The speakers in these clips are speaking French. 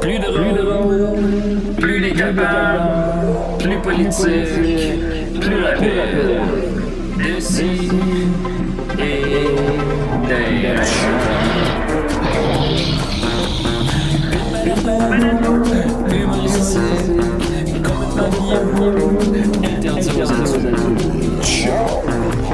Plus de rôle, plus décapable, plus politique, plus rapide. D'ici et d'ailleurs. Humoristique, complètement vieillot, interdit aux adultes.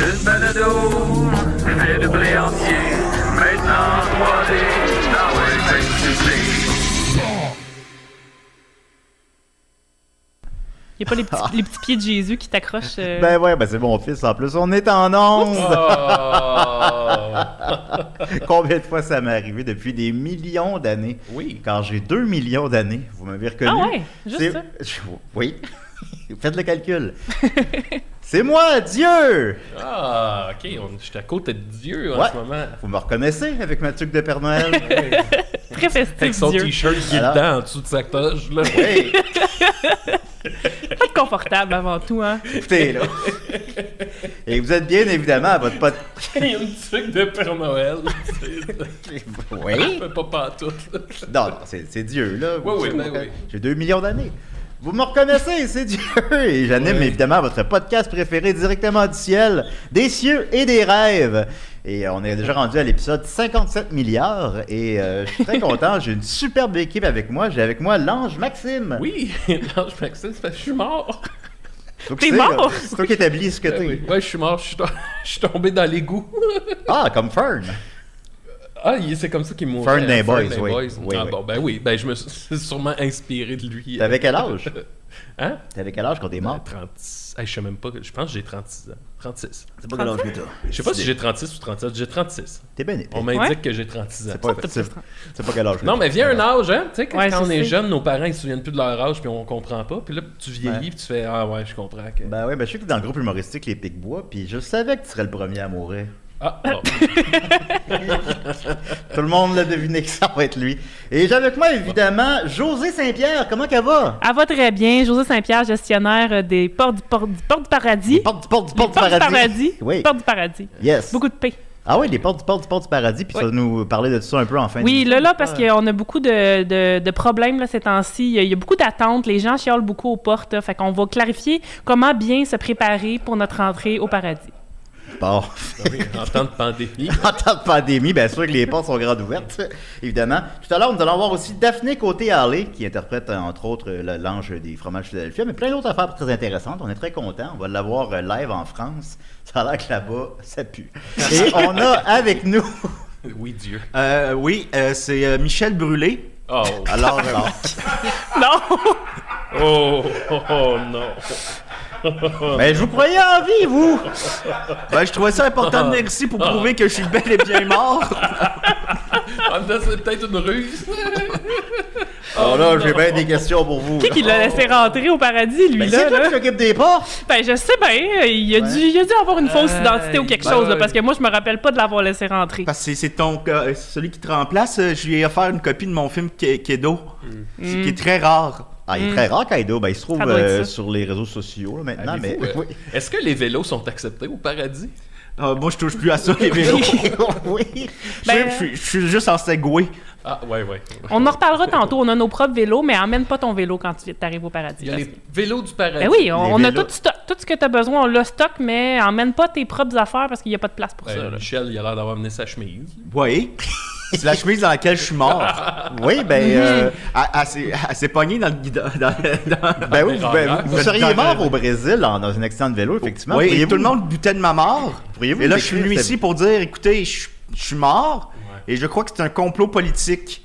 Une balado fait de blé entier, maintenant Ah 3D dans les Il n'y a pas les petits, les petits pieds de Jésus qui t'accrochent. euh, Ah. Ben ouais, ben c'est mon fils. En plus, on est en onde. Oh. Combien de fois ça m'est arrivé depuis des millions d'années? Oui. Quand j'ai 2 millions d'années, vous m'avez reconnu. Ah ouais, juste C'est- ça. Oui. Faites le calcul. c'est moi, Dieu! Ah, ok, on, je suis à côté de Dieu en Ouais. ce moment. Vous me reconnaissez avec ma tuque de Père Noël? Très Avec festif, son Dieu. t-shirt qui est Alors? dedans en dessous de sa toge, là. Hey, Pas de confortable avant tout, hein. écoutez, là. Et vous êtes bien évidemment à votre pote. Il y a une truc de Père Noël. Oui? Ah. Je pas pas tout. Non, non, c'est c'est Dieu, là. Oui, oui, Vous- ben oui. J'ai 2 millions d'années. Vous me reconnaissez, c'est Dieu! Et j'anime Oui. évidemment votre podcast préféré directement du ciel, des cieux et des rêves. Et euh, on est déjà rendu à l'épisode 57 milliards. Et euh, je suis très content, j'ai une superbe équipe avec moi. J'ai avec moi l'ange Maxime. Oui, non, je m'accepte, c'est parce que je suis mort. Faut que T'es tu sais, là, mort? C'est toi qui établis ce que Ah t'es. oui. Ouais, je suis mort, je suis, to- je suis tombé dans l'égout. Ah, comme Fern. Ah, il- c'est comme ça qu'il mourait. Fern des Boys, des oui. Oui, ah oui. bon, ben oui, ben je me suis sûrement inspiré de lui. T'avais quel âge? Hein? T'avais quel âge quand t'es mort? 36. Hey, je sais même pas, je pense que j'ai 36 ans. 36. C'est pas quel âge que t'as. Je sais pas si j'ai 36 ou 37, j'ai 36. T'es bien épais. On m'indique que j'ai 36 ans. C'est pas, c'est- c'est pas quel âge que Non, t'as. mais vient un âge, hein? Tu sais, quand, Ouais, quand ça, on est c'est- jeune, nos parents, ils se souviennent plus de leur âge, puis on comprend pas. Puis là, tu vieillis, Ouais. puis tu fais Ah ouais, je comprends. Que... Ben ouais, ben je sais que t'es dans le groupe humoristique Les Picbois, puis je savais que tu serais le premier à mourir. Ah, bon. Tout le monde l'a deviné que ça va être lui. Et j'ai avec moi, évidemment, José Saint-Pierre. Comment qu'elle va? Elle va très bien. José Saint-Pierre, gestionnaire euh, des portes du, port, du, port du paradis. Porte du port du port Les du portes paradis. Oui. Oui. Portes du paradis. Yes. Beaucoup de paix. Ah oui, les portes du port du port du paradis, puis tu vas nous parler de ça un peu en fin Oui, de là, là, parce qu'on a beaucoup de, de- de problèmes là, ces temps-ci. Il y a- il y, a beaucoup d'attentes. Les gens chiolent beaucoup aux portes. là. fait qu'on va clarifier comment bien se préparer pour notre entrée au paradis. Bon. Oui, en temps de pandémie. En temps de pandémie, bien sûr que les portes sont grandes ouvertes, évidemment. Tout à l'heure, nous allons voir aussi Daphné Côté Harley, qui interprète euh, entre autres euh, le- l'ange des fromages Philadelphia, mais plein d'autres affaires très intéressantes. On est très contents. On va l'avoir euh, live en France. Ça a l'air que là-bas, ça pue. Et on a avec nous. Oui, Dieu. Euh, oui, euh, c'est euh, Michel Brûlé. Oh, Alors, alors, Non! oh, oh, oh, non. Mais je vous croyais en vie, vous Ah. Ben, je trouvais ça important de venir ici pour prouver que je suis bel et bien mort. En même temps, Ah, c'est peut-être une ruse. Alors Ah, là, j'ai bien des questions pour vous. Qui qui l'a laissé rentrer au paradis, lui, Mais là? Ben, c'est toi là? qui t'occupes des portes Ben, je sais bien, il a, dû, il a dû avoir une fausse identité ou quelque ben chose, là, ouais. parce que moi, je me rappelle pas de l'avoir laissé rentrer. Parce que c'est- c'est ton ca- euh, celui qui te remplace. euh, je lui ai offert une copie de mon film Ke- Kedo, qui est très rare. Ah, il est très rare, Kaido. Ben, il se trouve Ça doit être euh, ça. sur les réseaux sociaux là, maintenant, mais. Avez-vous, euh, Oui. Est-ce que les vélos sont acceptés au paradis? Euh, moi, je touche plus à ça, les vélos. oui. Je Ben- suis- je suis- je suis juste en segway. Ah, ouais, ouais. On en reparlera tantôt, on a nos propres vélos, mais emmène pas ton vélo quand tu arrives au paradis. Il y a parce les vélos du paradis. Ben oui, on, on a vélos. tout, stock, tout ce que tu as besoin, on l'a stock, mais emmène pas tes propres affaires parce qu'il n'y a pas de place pour Ben, ça. là. Michel, il a l'air d'avoir mené sa chemise. Oui. C'est la chemise dans laquelle je suis mort. Oui, Mhm. ben. euh, Elle- elle s'est- elle s'est pognée dans le guidon. dans- dans- Ben oui, mais vous, ben, rarement. vous- vous seriez mort au Brésil en- dans un accident de vélo, effectivement. euh, Oh, Oui, et Pourriez-vous- tout le monde doutait de ma mort. Pourriez-vous Et là, nous je suis venu décrire ici cette- pour dire, écoutez, je je suis mort, Ouais. et je crois que c'est un complot politique.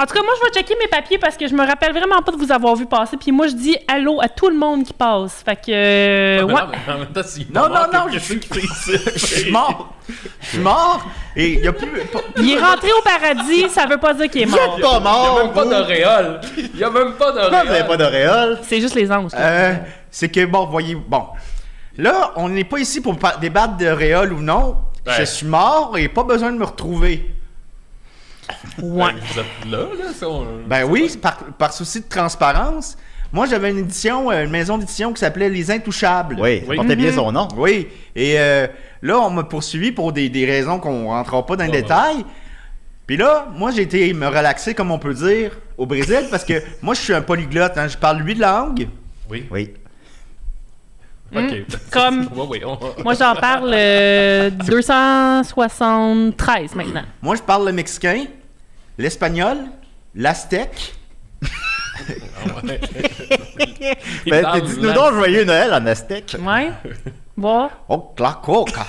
En tout cas, moi, je vais checker mes papiers parce que je me rappelle vraiment pas de vous avoir vu passer. Puis moi, je dis allô à tout le monde qui passe. Fait que. euh, Mais ouais. Ah, ben non, mais en même temps, s'il est Non, mort, non, non, qu'est-ce je- qui fait ici? Je suis mort! Je suis mort! Et il y a plus. Il est rentré au paradis, ça veut pas dire qu'il est Vous mort. êtes pas Il n'y a mort! même pas vous. d'auréole. Il n'y a même pas Pourquoi vous n'avez d'auréole. pas d'auréole? C'est juste les anges. là. Euh, c'est que bon, voyez, bon. Là, on n'est pas ici pour par- débattre de Réol ou non. Ouais. Je suis mort et pas besoin de me retrouver. Ouais. Ben, Vous êtes là, là, ça, on- Ben oui, par, par souci de transparence. Moi, j'avais une édition, euh, une maison d'édition qui s'appelait Les Intouchables. Oui, ça Oui. portait bien Mm-hmm. son nom. Oui. Et euh, là, on m'a poursuivi pour des, des raisons qu'on rentrera pas dans le Ouais, détail. Puis là, moi, j'ai été me relaxer, comme on peut dire, au Brésil, parce que moi, je suis un polyglotte. hein. Je parle huit langues. Oui. Oui. Ok. Hmm. Comme- Oui, oui. on- Moi, j'en parle euh, 273 maintenant. Moi, je parle le mexicain, l'espagnol, l'aztèque. ouais. Il Ben, parle dis-nous là- donc joyeux Noël en aztèque. Ouais. Bon. Oh, la coca.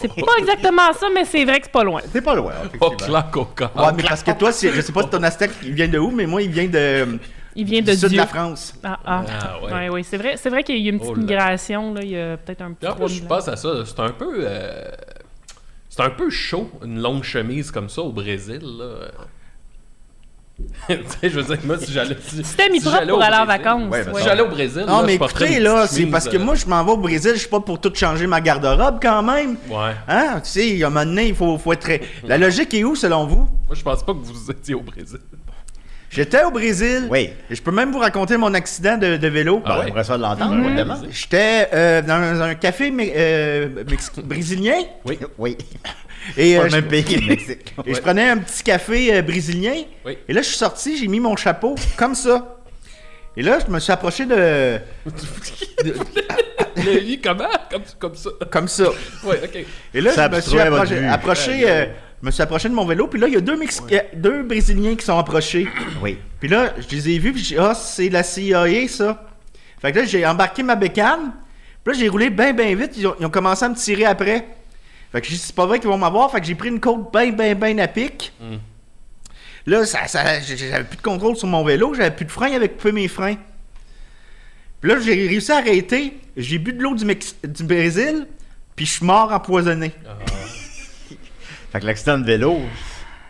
C'est pas exactement ça, mais c'est vrai que c'est pas loin. C'est pas loin. Oh, effectivement. clac, coca. Ouais, mais parce que toi, c'est- je sais pas si ton aztèque il vient de où, mais moi, il vient de, Il vient du de sud de Dieu. la France. Ah, ah. Ah, ouais. ouais. ouais, c'est vrai, c'est vrai qu'il y a eu une petite Oh là. migration, là, il y a peut-être un petit D'ailleurs, moi, je 3000 ans. pense à ça. C'est un peu. euh, C'est un peu chaud, une longue chemise comme ça au Brésil. là. tu sais, je veux dire, moi, si j'allais. Si, C'était mis si propre j'allais pour au aller en Brésil- vacances. Ouais, ben, Si ouais. j'allais au Brésil. Non, là, mais je porterais écoutez, une là, petite c'est parce que chemise, euh, moi, je m'en vais au Brésil, je suis pas pour tout changer ma garde-robe quand même. euh, Ouais. Hein? Tu sais, à un moment donné, il faut, faut être très. La logique est où, selon vous? Moi, je pense pas que vous étiez au Brésil. J'étais au Brésil. Oui. Et je peux même vous raconter mon accident de, de vélo. Bon, Ah ouais. On aimerait ça l'entendre, Mhm. évidemment. J'étais euh, dans un café mais- euh, mexicain- brésilien. Oui. Oui. Et, Pas euh, le je- même pays que le Mexique. et je prenais un petit café euh, brésilien. Oui. Et là, je suis sorti, j'ai mis mon chapeau comme ça. Et là, je me suis approché de. Le lit, comment comme, comme ça. comme ça. Ouais, ok. Et là, Ça je me suis obstruait votre approché, vue. approché, euh, je me suis approché de mon vélo. Puis là, il y a deux, Mexica- deux Brésiliens qui sont approchés. Oui. Puis là, je les ai vus, puis j'ai dit, ah, c'est la CIA, ça. Fait que là, j'ai embarqué ma bécane, puis là, j'ai roulé bien, bien vite, ils ont, ils ont commencé à me tirer après. Fait que j'ai dit, c'est pas vrai qu'ils vont m'avoir, fait que j'ai pris une côte bien, bien, bien à pic. Là, ça, ça- j'ai- j'avais plus de contrôle sur mon vélo, j'avais plus de frein, il avait coupé mes freins. Puis là, j'ai réussi à arrêter, j'ai bu de l'eau du, Mex- du Brésil, puis je suis mort empoisonné. Ah, Fait que l'accident de vélo.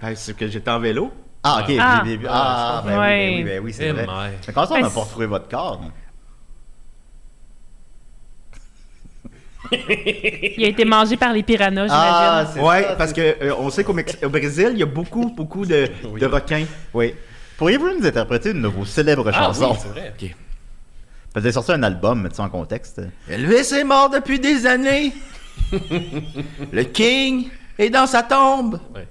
Ben, c'est que j'étais en vélo. Ah, ok. Ah. j'ai- j'ai- Ah, ben oui, ben oui, ben oui, c'est Eh vrai. my. Mais comment ça, on n'a Ben, pas retrouvé votre corps? Il a été mangé par les piranhas, Ah, j'imagine. c'est Ouais, ça, parce que euh, on sait qu'au Mex- au Brésil, il y a beaucoup, beaucoup de, Oui. de requins. Oui. Pourriez-vous nous interpréter une de vos célèbres Ah, oui, chansons? c'est vrai. Vous avez sorti un album, mettez ça en contexte. Elvis est mort depuis des années. Le King est dans sa tombe. Ouais.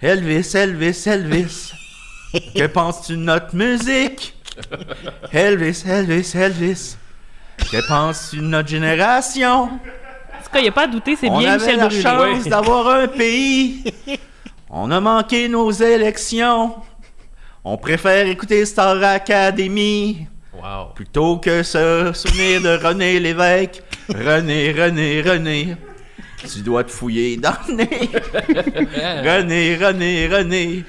Elvis, Elvis, Elvis. que penses-tu de notre musique? Elvis, Elvis, Elvis. Que penses-tu de notre génération? En tout cas, il n'y a pas à douter, c'est On bien avait Michel la Brûlé. chance Oui. d'avoir un pays. On a manqué nos élections. On préfère écouter Star Academy. Wow. Plutôt que se souvenir de René Lévesque, René, René, René, tu dois te fouiller dans le nez. René, René, René,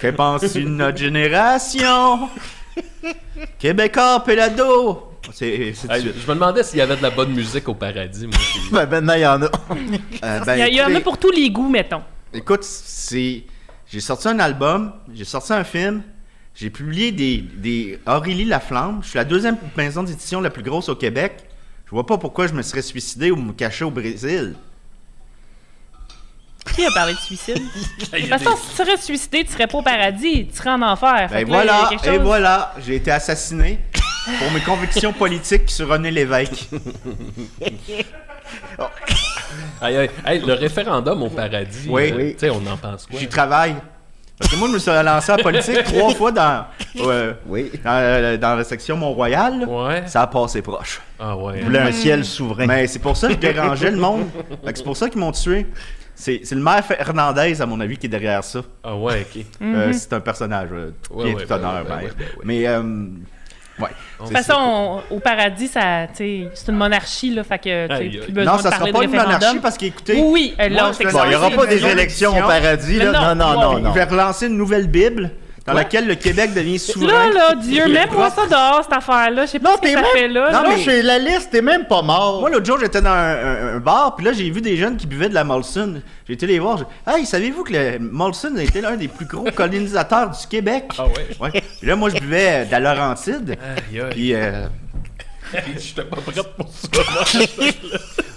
que penses-tu de notre génération? Québécois, Pelado. C'est c'est Hey, du- je je me demandais s'il y avait de la bonne musique au paradis, moi. puis- Ben, maintenant, il y en a. Euh, ben, Il y a- il y en a écoutez, pour tous les goûts, mettons. Écoute, c'est. J'ai sorti un album, j'ai sorti un film, j'ai publié des, des Aurélie Laflamme. Je suis la deuxième maison d'édition la plus grosse au Québec. Je vois pas pourquoi je me serais suicidé ou me cacher au Brésil. Qui a parlé de suicide? De Il toute y a façon, si tu serais suicidé, tu serais pas au paradis, tu serais en enfer. Fait Ben que là, il y a voilà, quelque et chose- voilà, j'ai été assassiné pour mes convictions politiques sur René Lévesque. Aïe, aïe, aïe, le référendum au paradis, Oui. euh, Oui. tu sais, on en pense quoi? J'y travaille. Parce que moi, je me suis lancé en politique trois fois dans, euh, Oui. dans, euh, dans la section Mont-Royal. là. Ouais. Ça a passé proche. Ah ouais. Vous voulez Hmm. un ciel souverain. Mais c'est pour ça que je dérangeais le monde. Fait que C'est pour ça qu'ils m'ont tué. C'est c'est le maire Fernandez, à mon avis, qui est derrière ça. Ah ouais, ok. Mm-hmm. Euh, c'est un personnage. euh, Ouais, bien ouais, tout honneur, ouais, ouais, maire. ouais, ouais, ouais. Mais, euh, ouais. De toute façon, on- au paradis, ça, tu sais, c'est une monarchie, là, fait que tu sais, Aïe, aïe. plus Non, besoin Non, de ça sera parler pas de une référendum. monarchie parce qu'écoutez. Oui, oui, euh, là, moi, on je fait vais que ça Bon, il n'y aura c'est pas une des maison élections au d'édition. paradis, Mais non, là. Non, non, Oh, ouais. non, Je vais relancer une nouvelle Bible dans Quoi? laquelle le Québec devient souverain. Là, là, Dieu, mets-moi ça dehors, cette affaire-là. Je sais pas Non, ce que t'es ça fait là. là. même. Non, mais- mais j'ai la liste, t'es même pas mort. Moi, l'autre jour, j'étais dans un, un- un bar, puis là, j'ai vu des jeunes qui buvaient de la Molson. J'ai été les voir. j'ai- Hey, savez-vous que le Molson a été l'un des plus gros colonisateurs du Québec? Ah ouais. Ouais. Puis là, moi, je buvais euh, de la Laurentide. Aïe, aïe. Puis, euh, J'étais pas prêt pour ça.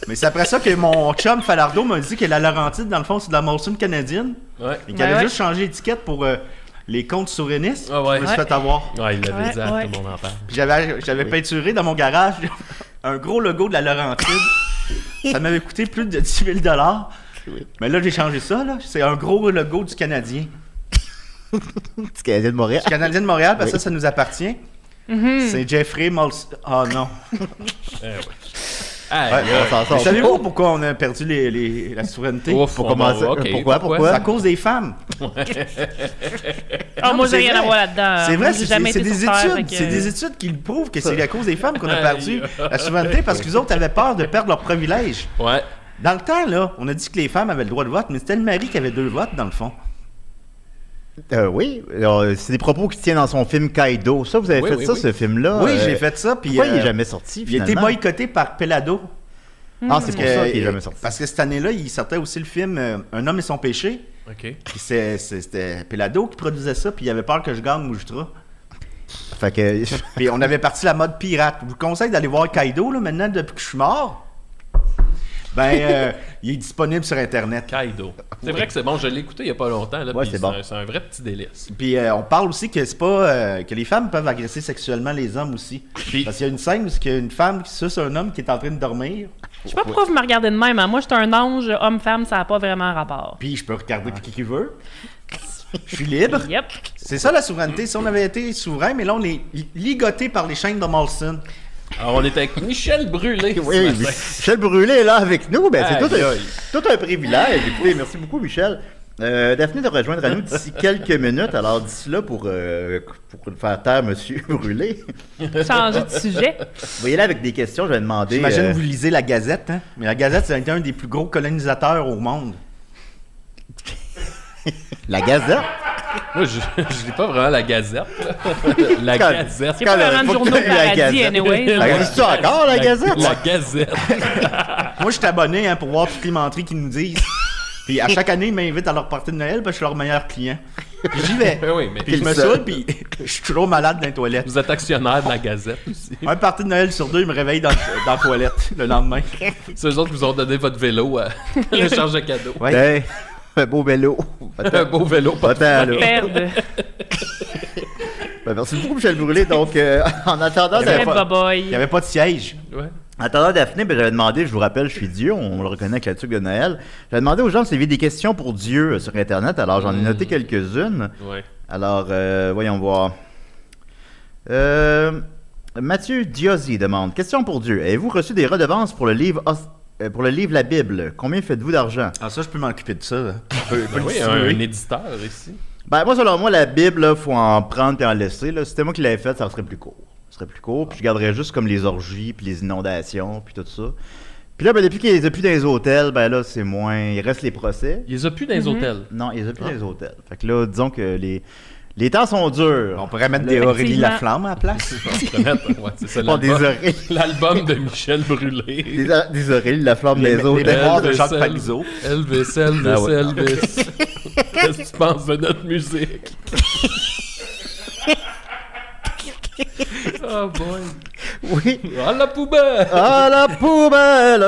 Mais c'est après ça que mon chum Falardo m'a dit que la Laurentide, dans le fond, c'est de la Molson canadienne. Ouais. Et qu'il Ben avait ouais. juste changé l'étiquette pour euh, les comptes souverainistes. Ah ouais. Je me suis Ouais. fait avoir. Ouais, il l'avait Ouais, dit à ouais. tout le monde en parle. Puis J'avais, j'avais peinturé dans mon garage un gros logo de la Laurentide. ça m'avait coûté plus de 10 000 Mais là, j'ai changé ça. Là. C'est un gros logo du Canadien. Petit Canadien de Montréal. Du Canadien de Montréal, parce que Oui. ça, ça nous appartient. Mm-hmm. C'est Jeffrey Molson. Ah non. Eh ouais. Ouais, Aïe, on aïe. s'en Mais sort. savez-vous pourquoi on a perdu les, les- la souveraineté? Oh. Ouf, Faut on commencer- va- ok, pourquoi, C'est pourquoi? à cause des femmes. Ah, Non, oh, moi, mais j'ai c'est rien vrai. à voir là-dedans. Moi, C'est vrai, j'ai c'est jamais c'est été des sur Terre, études. fait que- C'est des études qui le prouvent que c'est à cause des femmes qu'on a Aïe. perdu la souveraineté parce que les autres avaient peur de perdre leurs privilèges. Ouais. Dans le temps, là, on a dit que les femmes avaient le droit de vote, mais c'était le mari qui avait deux votes, dans le fond. Euh, oui, euh, c'est des propos qui tiennent dans son film Kaido. Ça, vous avez Oui, fait oui, ça, oui. ce film-là? oui, euh, j'ai fait ça, puis Pourquoi il euh, est jamais sorti, il a été finalement? boycotté par Pelado. Ah, c'est pour que- ça qu'il est jamais sorti. Parce que cette année-là, il sortait aussi le film euh, Un homme et son péché. Ok. Puis c'est- c'est- C'était Pelado qui produisait ça, puis il avait peur que je gagne Moujutra. Fait que... Puis on avait parti la mode pirate. Je vous conseille d'aller voir Kaido, là, maintenant, depuis que je suis mort. Ben, euh, il est disponible sur Internet. Kaido. C'est vrai que c'est bon, je l'ai écouté il y a pas longtemps. Là, Ouais, puis c'est c'est bon. un, c'est un vrai petit délice. Puis euh, on parle aussi que c'est pas euh, que les femmes peuvent agresser sexuellement les hommes aussi. Puis- Parce qu'il y a une scène où il y a une femme qui suce un homme qui est en train de dormir. Je sais pas pourquoi vous me regardez de même. hein. Moi, j'étais un ange, homme-femme, ça n'a pas vraiment rapport. Puis je peux regarder qui qui veut. Je suis libre. Yep. C'est ça la souveraineté. Si on avait été souverain, mais là on est li- ligoté par les chaînes de Molson. Alors, on est avec Michel Brûlé. ce Oui, matin. Michel Brûlé est là avec nous. Ben, c'est Aïe, tout, un- aïe. tout un privilège. Écoutez, merci beaucoup, Michel. Euh, Daphné de rejoindre à nous d'ici quelques minutes. Alors, d'ici là, pour, euh, pour faire taire Monsieur Brûlé, Changer de sujet. voyez là avec des questions. Je vais demander. J'imagine euh, vous lisez la Gazette, hein? Mais la Gazette, ça a été un des plus gros colonisateurs au monde. La Gazette. Moi, je, je lis pas vraiment la Gazette. la Quand- Gazette. C'est pas Quand- vraiment le faut journaux que de tu aies la paradis, Gazette. anyways. euh, Ça existe encore, la Gazette? La Gazette. Moi, je suis abonné hein, pour voir toutes les menteries qu'ils nous disent. Puis à chaque année, ils m'invitent à leur partie de Noël parce que je suis leur meilleur client. Puis j'y vais. Ben Oui, oui, mais Puis je me saoule, puis je suis toujours malade dans les toilettes. vous êtes actionnaire de la Gazette aussi. Un parti de Noël sur deux, ils me réveillent dans, dans la toilette le lendemain. C'est eux autres qui vous ont donné votre vélo à l'échange de cadeaux. Ouais. Ben, un beau vélo. Un beau vélo. pas- Attends, là. Perdre. Ben, merci beaucoup, Michel Brûlé. Donc, euh, en attendant, Très Daph- Il n'y boboy. avait pas de siège. Ouais. en attendant Daphné, ben, j'avais demandé, je vous rappelle, je suis Dieu, on le reconnaît avec la tuque de Noël. J'avais demandé aux gens de s'élever des questions pour Dieu euh, sur Internet. Alors, Hmm. j'en ai noté quelques-unes. Ouais. Alors, euh, voyons voir. Euh, Mathieu Diozzi demande Question pour Dieu. Avez-vous reçu des redevances pour le livre os- euh, pour le livre La Bible, combien faites-vous d'argent? Ah, ça, je peux m'occuper de ça. là. Ben oui, un, un éditeur ici. Ben, moi, selon moi, la Bible, là, faut en prendre et en laisser. Là. Si c'était moi qui l'avais faite, ça serait plus court. Ça serait plus court. Puis je garderais juste comme les orgies, puis les inondations, puis tout ça. Puis là, ben, depuis qu'il les a plus dans les hôtels, ben là, c'est moins. Il reste les procès. Il les a plus dans les hôtels. Non, il les a plus dans les hôtels. Fait que là, disons que les, les temps sont durs. On pourrait mettre des Aurélie Effectivement. Laflamme à la place. Remettre- hein. ouais, c'est ça, Bon, des l'album- oreilles. L'album de Michel Brûlé. Des, a- des oreilles, la flamme Les- des les hôtels. belles- mémoire de Jacques Elvis, Parizeau. Elvis, Elvis, Ah ouais. Elvis. Qu'est-ce que tu penses de notre musique? oh boy. Oui. À la poubelle! À la poubelle!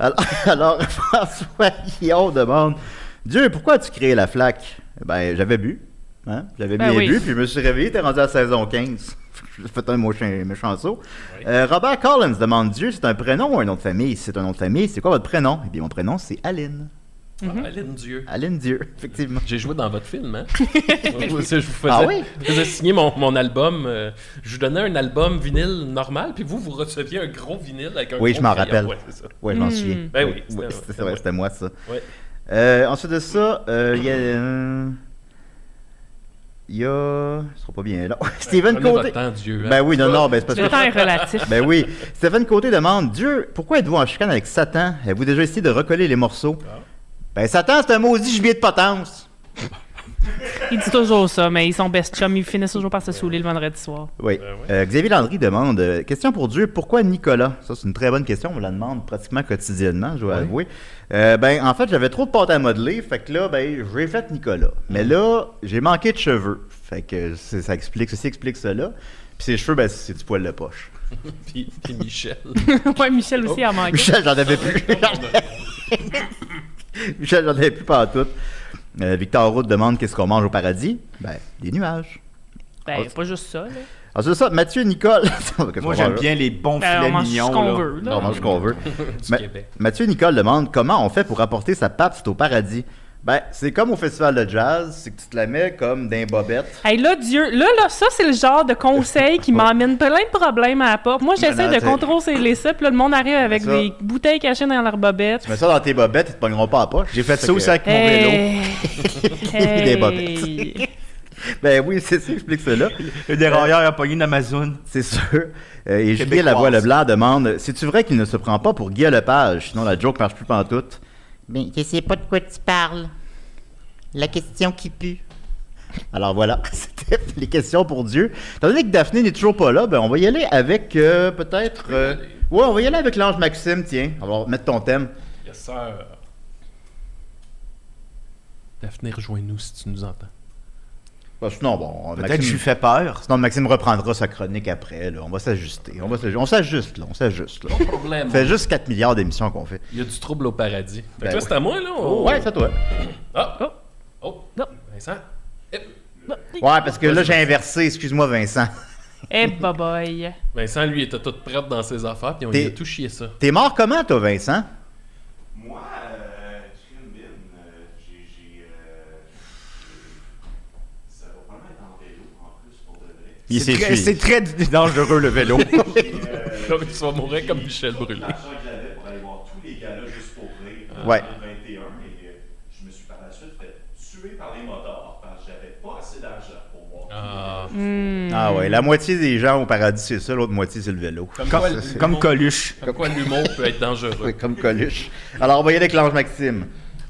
Alors, alors, François Guillon demande Dieu, pourquoi as-tu créé la flaque? Ben, j'avais bu. Hein? J'avais Ben bien oui. bu, puis je me suis réveillé, t'es rendu à la saison 15. J'ai fait un méchant, méchant saut. Euh, Robert Collins demande Dieu, c'est un prénom ou un nom de famille? Si c'est un nom de famille, c'est quoi votre prénom? Eh bien, mon prénom, c'est Aline. Aline Dieu. Aline Dieu, effectivement. J'ai joué dans votre film, hein? je vous faisais, Ah oui? je faisais signer mon, mon album. euh, je vous donnais un album vinyle normal, puis vous, vous receviez un gros vinyle avec un Oui, gros je m'en crayon. rappelle. Ouais, c'est ça. Ouais, je m'en Hmm. souviens. Ben oui, c'était- Ouais, ouais, c'était c'était vrai, moi. c'était moi, ça. Ouais. Euh, ensuite de ça, euh, il y a. euh, Il y a. Ce sera pas bien là. Steven Prenez Côté. votre temps, Dieu. hein. Ben oui, non, non, ben c'est parce Le temps est que. relatif. Ben oui. Steven Côté demande Dieu, pourquoi êtes-vous en chicane avec Satan Avez-vous déjà essayé de recoller les morceaux Ben Satan, c'est un maudit gibier de potence. Il dit toujours ça, mais ils sont best chums. Ils finissent toujours par se saouler le vendredi soir. Oui. Euh, Xavier Landry demande euh, Question pour Dieu, pourquoi Nicolas Ça, c'est une très bonne question. On me la demande pratiquement quotidiennement, je dois avouer. Euh, ben, en fait, j'avais trop de pâte à modeler. Fait que là, ben, j'ai fait Nicolas. Mais là, j'ai manqué de cheveux. Fait que c'est- ça explique, ceci explique cela. Puis ses cheveux, ben, c'est du poil de poche. puis, puis Michel. ouais, Michel aussi a manqué. Michel, j'en avais plus. Michel, j'en avais plus pas tout. Euh, Victor Route demande qu'est-ce qu'on mange au paradis? Ben, des nuages. Ben, pas juste ça, là. Ah, c'est ça, Mathieu, Nicole. Moi, j'aime bien les bons Ben, filets on mange mignons. ce qu'on là. veut, là. On mange ce qu'on veut. du Ma- Québec. Mathieu Nicole demande comment on fait pour apporter sa papste au paradis. Ben, c'est comme au festival de jazz, c'est que tu te la mets comme d'un bobette. Hey, là, Dieu, là, là, ça, c'est le genre de conseil qui m'emmène plein de problèmes à la porte. Moi, j'essaie Non, non, de t'es- contrôler ça, puis là, le monde arrive avec Ça. des bouteilles cachées dans leur bobette. Tu mets ça dans tes bobettes, ils te pogneront pas à poche. J'ai fait ça aussi avec mon vélo. Hey! Euh, Des bobettes. Ben oui, c'est ça, explique cela. Le dérailleur a pogné une Amazon. C'est sûr. Euh, et Julien Québécoise. Lavoie-Leblanc demande C'est-tu vrai qu'il ne se prend pas pour Guy Lepage Sinon, la joke marche plus pantoute. Ben, je sais pas de quoi tu parles. La question qui pue. Alors voilà, c'était les questions pour Dieu. Étant donné que Daphné n'est toujours pas là, ben on va y aller avec euh, peut-être. euh, ouais, on va y aller avec l'ange Maxime, tiens. On va mettre ton thème. Yes, sir. Daphné, rejoins-nous si tu nous entends. Bah, sinon, bon, Peut-être que je Maxime, lui fais peur. sinon, Maxime reprendra sa chronique après. là. On va s'ajuster. On va s'aj- on s'ajuste, là. On s'ajuste, là. Problème. Ça fait juste 4 milliards d'émissions qu'on fait. Il y a du trouble au paradis. Fait que Ben là, c'est à moi, là. on- Ouais, c'est à toi. Ah! Oh! Non. Vincent! Hip. Ouais, parce que là, j'ai inversé. Excuse-moi, Vincent. Eh, boboy. Vincent, lui, était tout prêt dans ses affaires, puis on T'es- lui a tout chié ça. T'es mort comment, toi, Vincent? Moi, euh, Chicken Bin, euh, j'ai. j'ai, euh, ça va probablement être en vélo en plus pour de vrai. Il C'est s'est très- tué. C'est très dangereux le vélo. Là, tu vas mourir comme Michel Tout Brûlé. l'argent que j'avais pour aller voir tous les gars-là juste pour rire en Ouais. 2021, et euh, je me suis par la suite fait tuer par les motards parce que j'avais pas assez d'argent pour voir. tous les Ah. gars-là. Ah ouais, la moitié des gens au paradis, c'est ça, l'autre moitié, c'est le vélo. Comme, quoi, Comme, l'humour- comme Coluche. comme quoi l'humour peut être dangereux. Oui, comme Coluche. Alors, on va y aller avec l'ange Maxime.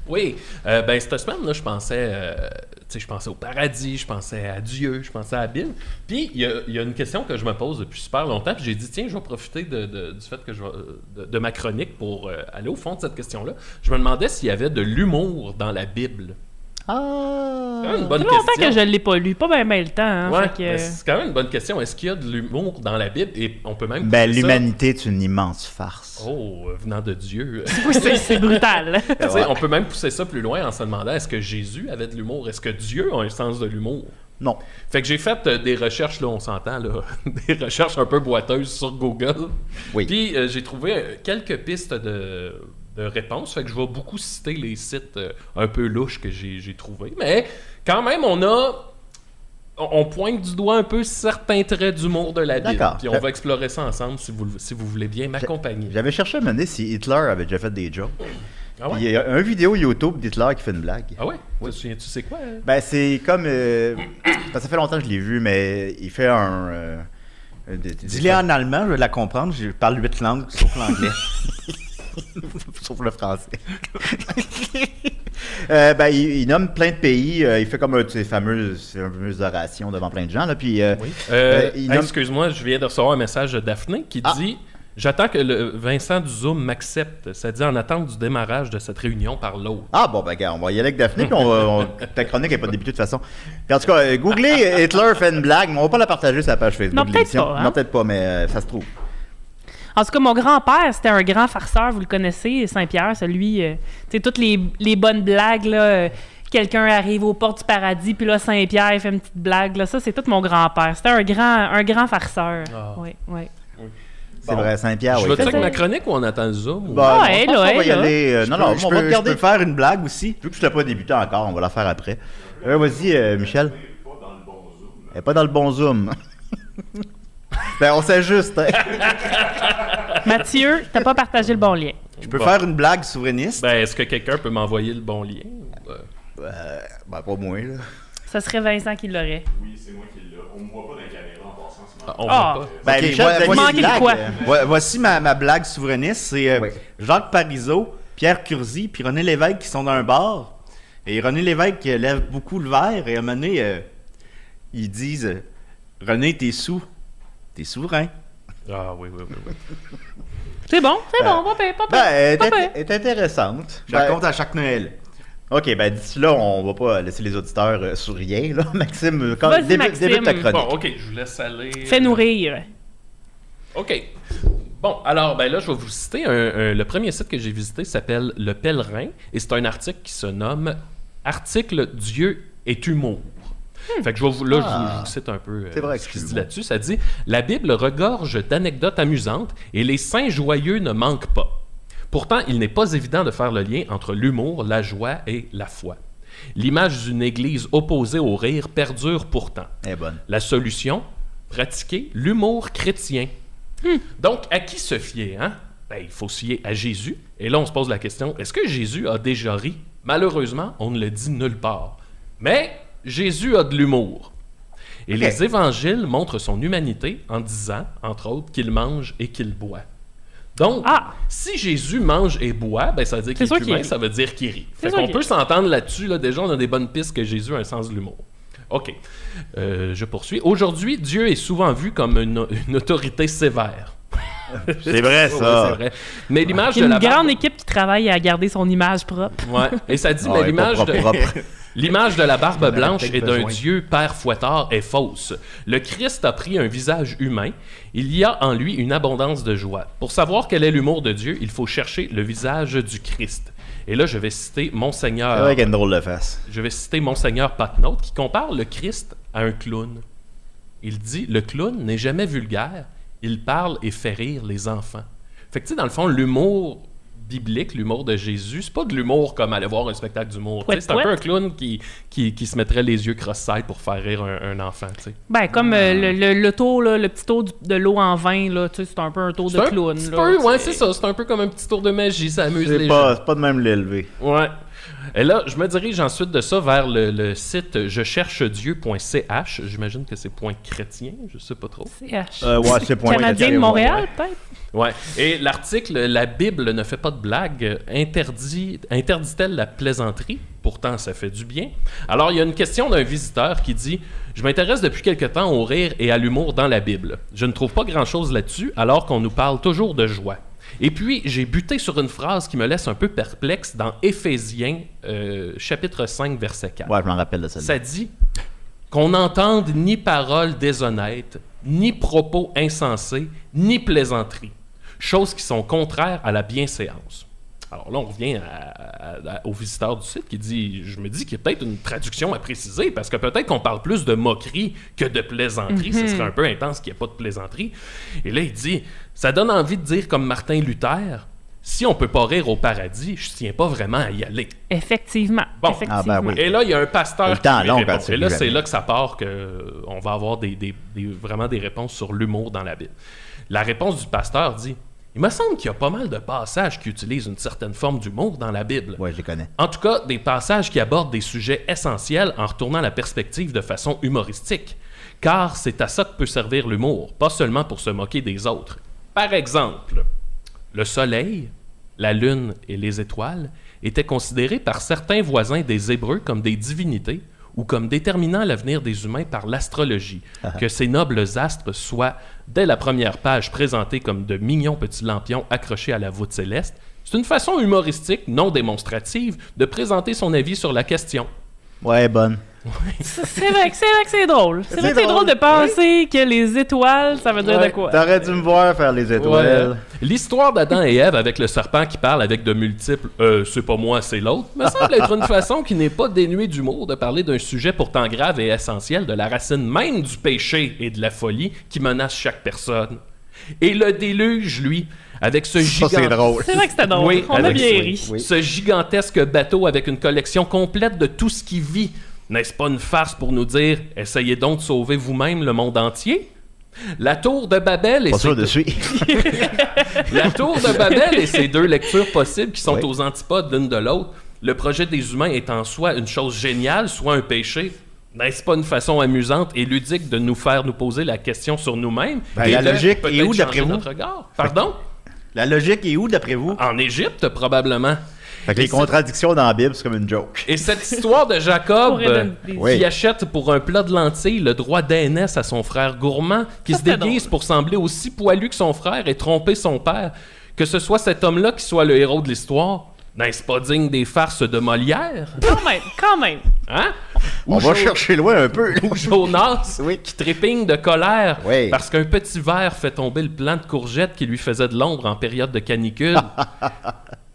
Oui, euh, ben cette semaine là, je pensais, euh, tu sais, je pensais au paradis, je pensais à Dieu, je pensais à la Bible. Puis il y a, il y a une question que je me pose depuis super longtemps. Puis j'ai dit tiens, je vais profiter de, de- du fait que je vais- de, de ma chronique pour euh, aller au fond de cette question là. Je me demandais s'il y avait de l'humour dans la Bible. Ah! C'est quand même une Ça fait bonne longtemps question. que je l'ai pas lu. Pas bien ben le temps, hein. Ouais, fait que- mais c'est quand même une bonne question. Est-ce qu'il y a de l'humour dans la Bible Et on peut même. Ben, couper ça- l'humanité est une immense farce. Oh, euh, venant de Dieu. Oui, c'est- c'est brutal. Tu sais, On peut même pousser ça plus loin en se demandant est-ce que Jésus avait de l'humour Est-ce que Dieu a un sens de l'humour Non. Fait que j'ai fait euh, des recherches, là, on s'entend, là, des recherches un peu boiteuses sur Google. Oui. Puis euh, j'ai trouvé euh, quelques pistes de, de réponses. Fait que je vais beaucoup citer les sites euh, un peu louches que j'ai, j'ai trouvés. Mais quand même, on a. On on pointe du doigt un peu certains traits d'humour de la Bible. D'accord. Euh, Puis on va explorer ça ensemble si vous, si vous voulez bien m'accompagner. J'avais cherché à me demander si Hitler avait déjà fait des jokes. Ah Puis ouais? Il y a un vidéo YouTube d'Hitler qui fait une blague. Ah ouais? Tu te souviens- tu sais quoi? euh? Ben, c'est comme. euh, ben, ça fait longtemps que je l'ai vu, mais il fait un. euh, euh, des- des- Dis-le en allemand, je vais la comprendre. Je parle huit langues, sauf l'anglais. sauf le français. Euh, ben, il, il nomme plein de pays. euh, il fait comme un de ses fameuses, ses fameuses orations devant plein de gens. Là, puis, euh, Oui. euh, il hey, nomme- Excuse-moi, je viens de recevoir un message de Daphné qui Ah. dit J'attends que le Vincent du Zoom m'accepte. Ça dit en attente du démarrage de cette réunion par l'autre. Ah bon, ben gars, on va y aller avec Daphné, puis on va, on- ta chronique n'est pas débutée de toute façon. Puis en tout cas, euh, googlez Hitler fait une blague, mais on va pas la partager sur la page Facebook Non, de peut-être l'émission. pas, hein. Non, peut-être pas, mais euh, ça se trouve. En tout cas, mon grand-père, c'était un grand farceur, vous le connaissez, Saint-Pierre, celui, euh, tu sais, toutes les, les bonnes blagues, là, euh, quelqu'un arrive aux portes du paradis, puis là, Saint-Pierre, il fait une petite blague, là, ça, c'est tout mon grand-père. C'était un grand, un grand farceur. Ah. Oui, oui. C'est Bon. vrai, Saint-Pierre, je Ah oui. Bah, veux-tu faites- avec ma chronique ou on attend le Zoom Ben, ou- Bon, Ah, on elle, pense qu'on elle, va y elle. aller. euh, non, non, je on peux, va je regarder. peux faire une blague aussi. Vu que je l'ai pas débuté encore, on va la faire après. Euh, vas-y, euh, Michel. Elle est pas dans le bon zoom. ben, on s'ajuste. hein. Mathieu, t'as pas partagé le bon lien. Je peux Bon. faire une blague souverainiste. Ben, Est-ce que quelqu'un peut m'envoyer le bon lien ou, euh, Euh, ben, pas moins, là. Ça serait Vincent qui l'aurait. Oui, c'est moi qui l'ai. On me voit pas dans la caméra en passant. c'est marrant. On Ah. voit Ben, Ok, Michel, ouais, vous aviez voici- une Manquez de blague, quoi? euh, Vo- voici ma, ma blague souverainiste. C'est euh, Oui. Jacques Parizeau, Pierre Curzi, puis René Lévesque qui sont dans un bar. Et René Lévesque euh, lève beaucoup le verre. Et à un moment donné, euh, ils disent euh, René, t'es sous. T'es souverain. pas. Ah oui, oui, oui. oui. C'est bon, c'est bon, pas pire, pas pire, Ben, elle est, pas pire. elle est intéressante. Je Ben, la compte à chaque Noël. OK, ben d'ici là, on va pas laisser les auditeurs euh, sur rien, euh, là. Maxime, quand Vas-y, débute, Maxime. débute ta chronique. Bon, ok, je vous laisse aller. Fais-nous rire. OK. Bon, alors, ben là, je vais vous citer un- un- le premier site que j'ai visité s'appelle Le Pèlerin et c'est un article qui se nomme Article Dieu est humour. Fait que je vais vous, là, je vous- je, vous, cite un peu euh, Hmm. Ah. C'est vrai ce que qui se c'est dit humour. là-dessus. Ça dit La Bible regorge d'anecdotes amusantes et les saints joyeux ne manquent pas. Pourtant, il n'est pas évident de faire le lien entre l'humour, la joie et la foi. L'image d'une église opposée au rire perdure pourtant. Elle est bonne. La solution Pratiquer l'humour chrétien. Hmm. Donc, à qui se fier hein? Ben, Il faut se fier à Jésus. Et là, on se pose la question est-ce que Jésus a déjà ri Malheureusement, on ne le dit nulle part. Mais Jésus a de l'humour. Et les évangiles montrent son humanité en disant, entre autres, qu'il mange et qu'il boit. Donc, Ah! si Jésus mange et boit, ben, ça veut dire qu'il sûr est qu'il humain, rit. ça veut dire qu'il rit. C'est Fait sûr qu'on qu'il peut rit. s'entendre là-dessus. Là, déjà, on a des bonnes pistes que Jésus a un sens de l'humour. OK. Euh, je poursuis. Aujourd'hui, Dieu est souvent vu comme une, une autorité sévère. C'est vrai, Oui, c'est vrai. Mais l'image Il y de a une la grande barbe- équipe qui travaille à garder son image propre. Ouais. Et ça dit, mais l'image de... L'image de la barbe blanche et d'un dieu père fouettard est fausse. Le Christ a pris un visage humain. Il y a en lui une abondance de joie. Pour savoir quel est l'humour de Dieu, il faut chercher le visage du Christ. Et là, je vais citer C'est Ah, Monseigneur. vrai qu'il y a une drôle de face. Je vais citer Monseigneur Patnaud qui compare le Christ à un clown. Il dit le clown n'est jamais vulgaire. Il parle et fait rire les enfants. Fait que tu sais, dans le fond, l'humour biblique, l'humour de Jésus, c'est pas de l'humour comme aller voir un spectacle d'humour. tu sais. Pouet, C'est un peu pouet. un clown qui, qui, qui se mettrait les yeux cross-side pour faire rire un, un enfant. tu sais. Ben, comme euh, le, le, le tour, là, le petit tour du- de l'eau en vin, là, tu sais, c'est un peu un tour C'est de un clown. petit là, peu, ouais, tu sais. c'est ça. C'est un peu comme un petit tour de magie, ça amuse les C'est gens. pas, c'est pas de même l'élever. Ouais. Et là, je me dirige ensuite de ça vers le, le site je cherche Dieu.ch. J'imagine que c'est point chrétien, je sais pas trop. CH. Euh, ouais, c'est point Canadien de ouais. Montréal, peut-être? Ouais. Et l'article La Bible ne fait pas de blagues interdit, interdit-elle la plaisanterie Pourtant, ça fait du bien. Alors, il y a une question d'un visiteur qui dit Je m'intéresse depuis quelque temps au rire et à l'humour dans la Bible. Je ne trouve pas grand-chose là-dessus, alors qu'on nous parle toujours de joie. Et puis, j'ai buté sur une phrase qui me laisse un peu perplexe dans Éphésiens, euh, chapitre 5, verset 4. Ouais, je m'en rappelle de ça. Ça dit qu'on n'entende ni paroles déshonnêtes, ni propos insensés, ni plaisanteries, choses qui sont contraires à la bienséance. Alors là, on revient à- à- à- au visiteur du site qui dit Je me dis qu'il y a peut-être une traduction à préciser, parce que peut-être qu'on parle plus de moquerie que de plaisanterie. Ce serait un peu intense qu'il n'y ait pas de plaisanterie. Et là, il dit Ça donne envie de dire, comme Martin Luther, si on peut pas rire au paradis, je tiens pas vraiment à y aller. Effectivement. Bon. Effectivement. Ah, ben oui. Et là, il y a un pasteur Le temps qui long répond. quand tu Et là, lis la c'est Bible. là que ça part que euh, on va avoir des, des- des- vraiment des réponses sur l'humour dans la Bible. La réponse du pasteur dit Il me semble qu'il y a pas mal de passages qui utilisent une certaine forme d'humour dans la Bible. Ouais, je les connais. En tout cas, des passages qui abordent des sujets essentiels en retournant la perspective de façon humoristique. Car c'est à ça que peut servir l'humour, pas seulement pour se moquer des autres. Par exemple, le soleil, la lune et les étoiles étaient considérés par certains voisins des Hébreux comme des divinités ou comme déterminant l'avenir des humains par l'astrologie. Que ces nobles astres soient, dès la première page, présentés comme de mignons petits lampions accrochés à la voûte céleste, c'est une façon humoristique, non démonstrative, de présenter son avis sur la question. Ouais, bonne. C'est vrai, que- c'est vrai que c'est drôle. C'est vrai C'est que c'est drôle. drôle de penser que les étoiles, ça veut dire Ouais. de quoi? T'aurais dû me voir faire les étoiles. Ouais. L'histoire d'Adam et Ève avec le serpent qui parle avec de multiples euh, c'est pas moi, c'est l'autre me semble être une façon qui n'est pas dénuée d'humour de parler d'un sujet pourtant grave et essentiel de la racine même du péché et de la folie qui menace chaque personne. Et le déluge, lui, avec ce Ça, c'est gigantesque drôle. C'est vrai que c'était drôle. Oui, On a avec- bien oui, ri. oui. ce gigantesque bateau avec une collection complète de tout ce qui vit. N'est-ce pas une farce pour nous dire essayez donc de sauver vous-même le monde entier La tour de Babel et Pas ses sûr de suite. la tour de Babel et ses deux lectures possibles qui sont Oui. aux antipodes l'une de l'autre. Le projet des humains est en soi une chose géniale, soit un péché. N'est-ce pas une façon amusante et ludique de nous faire nous poser la question sur nous-mêmes Ben, et la de logique est peut-être où, d'après changer vous? notre regard? Pardon? La logique est où, d'après vous? En Égypte, probablement. Fait que les contradictions dans la Bible, c'est comme une joke. Et cette histoire de Jacob Pour Eden, euh, des- Oui. qui achète pour un plat de lentilles le droit d'aînesse à son frère gourmand, qui Ça, se c'était déguise pour sembler aussi poilu que son frère et tromper son père, que ce soit cet homme-là qui soit le héros de l'histoire, N'est-ce pas digne des farces de Molière? Quand même, quand même. Hein? On va chercher loin un peu. Ou Jonas Oui. qui trépigne de colère Oui. parce qu'un petit verre fait tomber le plant de courgette qui lui faisait de l'ombre en période de canicule.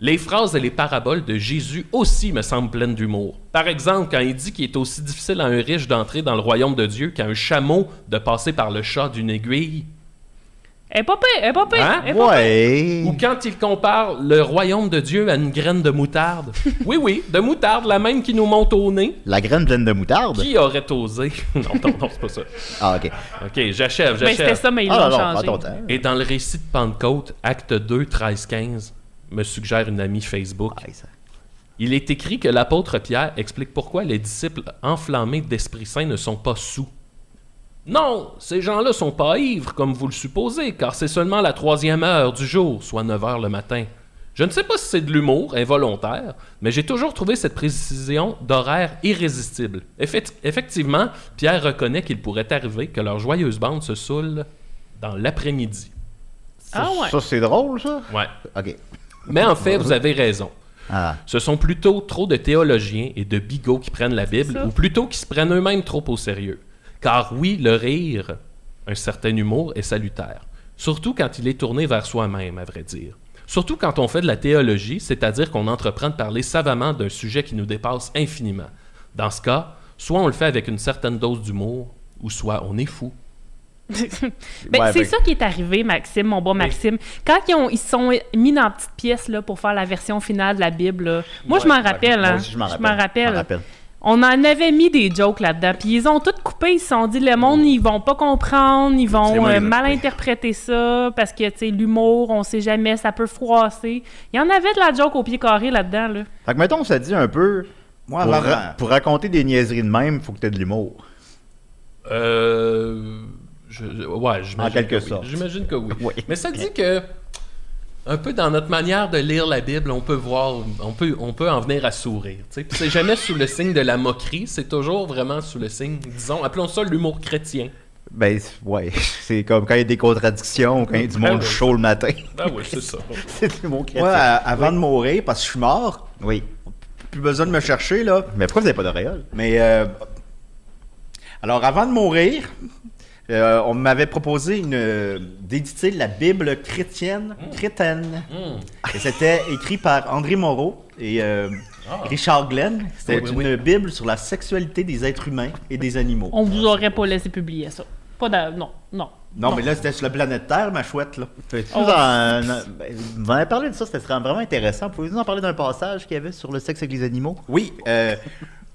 les phrases et les paraboles de Jésus aussi me semblent pleines d'humour. Par exemple, quand il dit qu'il est aussi difficile à un riche d'entrer dans le royaume de Dieu qu'à un chameau de passer par le chat d'une aiguille. Elle est pas pire, elle est pas pire. Hein? elle est pas Ouais. Ou quand il compare le royaume de Dieu à une graine de moutarde. oui, oui, de moutarde, la même qui nous monte au nez. La graine pleine de moutarde. Qui aurait osé? non, non, non, c'est pas ça. Ah, ok. OK, j'achève, pire. Ben, c'était j'achève. ça, mais ils ah, l'ont non, changé. prends ton temps. Et dans le récit de Pentecôte, acte 2, 13, 15, me suggère une amie Facebook. Aïe, ça. Il est écrit que l'apôtre Pierre explique pourquoi les disciples enflammés d'Esprit Saint ne sont pas sous. Non, ces gens-là sont pas ivres, comme vous le supposez, car c'est seulement la troisième heure du jour, soit 9 heures le matin. Je ne sais pas si c'est de l'humour involontaire, mais j'ai toujours trouvé cette précision d'horaire irrésistible. Effect- effectivement, Pierre reconnaît qu'il pourrait arriver que leur joyeuse bande se saoule dans l'après-midi. Ah ouais. Ah, Ça, c'est drôle, ça? Ouais. Ok. Mais en fait, vous avez raison. Ah. Ce sont plutôt trop de théologiens et de bigots qui prennent la Bible, ça. ou plutôt qui se prennent eux-mêmes trop au sérieux. Car oui, le rire, un certain humour, est salutaire. Surtout quand il est tourné vers soi-même, à vrai dire. Surtout quand on fait de la théologie, c'est-à-dire qu'on entreprend de parler savamment d'un sujet qui nous dépasse infiniment. Dans ce cas, soit on le fait avec une certaine dose d'humour, ou soit on est fou. Ben, Ouais, c'est ben- ça qui est arrivé, Maxime, mon bon Maxime. Quand ils, ont, ils se sont mis dans la petite pièce là, pour faire la version finale de la Bible, là, moi, je m'en rappelle. Moi hein. aussi, je m'en rappelle. Je rappelle. m'en rappelle. On en avait mis des jokes là-dedans. Puis ils ont tout coupé. Ils se sont dit, le Mm. monde, ils vont pas comprendre. Ils C'est vont moi qui euh, l'ai mal coupé. interpréter ça. Parce que, tu sais, l'humour, on sait jamais, ça peut froisser. Il y en avait de la joke au pied carré là-dedans. Là. Fait que, mettons, ça dit un peu. Moi, pour, avant- ra- pour raconter des niaiseries de même, faut que t'aies de l'humour. Euh. Je, je- ouais, j'imagine. En quelque que oui. sorte. J'imagine que oui. Oui. Mais ça dit que. Un peu dans notre manière de lire la Bible, on peut voir, on peut, on peut en venir à sourire. tu sais. Puis C'est jamais sous le signe de la moquerie, c'est toujours vraiment sous le signe, disons, appelons ça l'humour chrétien. Ben, c'est- ouais. C'est comme quand il y a des contradictions, quand il y a du Ah Ben monde oui. chaud le matin. Ah oui, c'est ça. c'est de l'humour chrétien. Moi, à- avant de mourir, parce que je suis mort, Oui. plus besoin de me chercher, là. Mais pourquoi vous n'avez pas d'auréole? Mais euh, alors, avant de mourir, euh, on m'avait proposé une euh, d'éditer la Bible chrétienne, Hmm. crétaine. Et c'était écrit par André Moreau et euh, Richard Glenn. C'était Ah. Oui, une oui, Bible sur la sexualité des êtres humains et des animaux. On vous aurait pas laissé publier ça. Pas d'a- Non, non. Non, mais là, c'était sur la planète Terre, ma chouette, là. Ah, Peux-tu On vous va- en... ben, vous en avez parlé de ça, c'était vraiment intéressant. Pouvez-vous nous en parler d'un passage qu'il y avait sur le sexe avec les animaux? Oui, euh,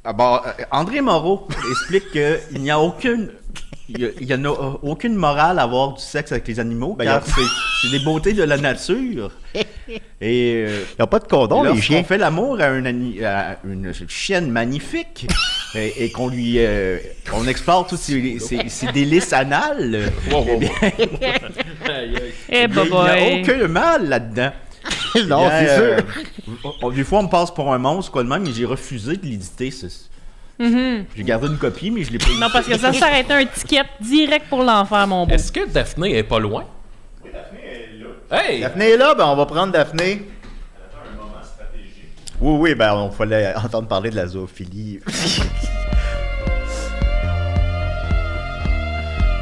ah, bon, euh, André Moreau explique qu'il n'y a aucune... Il y a- il y en a euh, aucune morale à avoir du sexe avec les animaux, Ben, car il y c'est c'est des beautés de la nature. Et euh, Ils n'ont pas de condom, les lorsqu'on chiens. fait l'amour à, un ani- à une chienne magnifique et, et qu'on lui... euh, on explore tous ses, ses- ses délices anales, eh bien, Eh, bah, il n'y a boy. aucun mal là-dedans. non, Bien, c'est euh, sûr. on- on- des fois, on me passe pour un monstre, quoi de même, mais j'ai refusé de l'éditer. ce- Mhm. J'ai gardé une copie, mais je l'ai pas Non, parce que ça, ça aurait été un ticket direct pour l'enfer, mon beau. Est-ce que Daphné est pas loin? Oui, Daphné est là. Hey! Daphné est là, ben on va prendre Daphné. Attends un moment stratégique. Oui, oui, ben on fallait entendre parler de la zoophilie.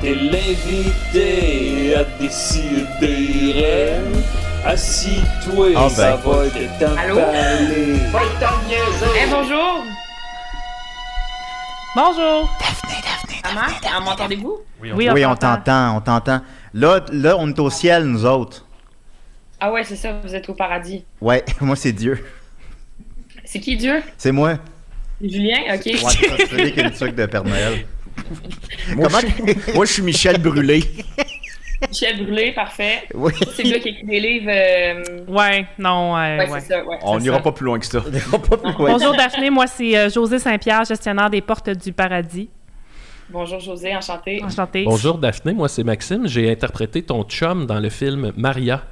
T'es l'invité à décider. Assis-toi, Ah ça ben. va te t'emballer. Eh, bonjour! Bonjour! Oui, oui, on t'entend, on t'entend. Là, là, on est au ciel, nous autres. Ah ouais, c'est ça, vous êtes au paradis. Ouais, moi c'est Dieu. C'est qui Dieu? C'est moi. Julien, ok. Ouais, c'est ça, c'est lui qui est le truc de Père Noël. Moi, Comment- je, suis- moi, je suis Michel Brûlé. Michel Brûlé, parfait. Oui. C'est le gars qui écrit des livres. euh, Ouais, non, euh, Ouais, ouais. c'est ça, ouais. On C'est n'ira ça. pas plus loin que ça. On va pas plus loin. Bonjour Daphné, moi c'est euh, José Saint-Pierre, gestionnaire des portes du paradis. Bonjour José, enchanté. Enchanté. Bonjour Daphné, moi c'est Maxime, j'ai interprété ton chum dans le film Maria.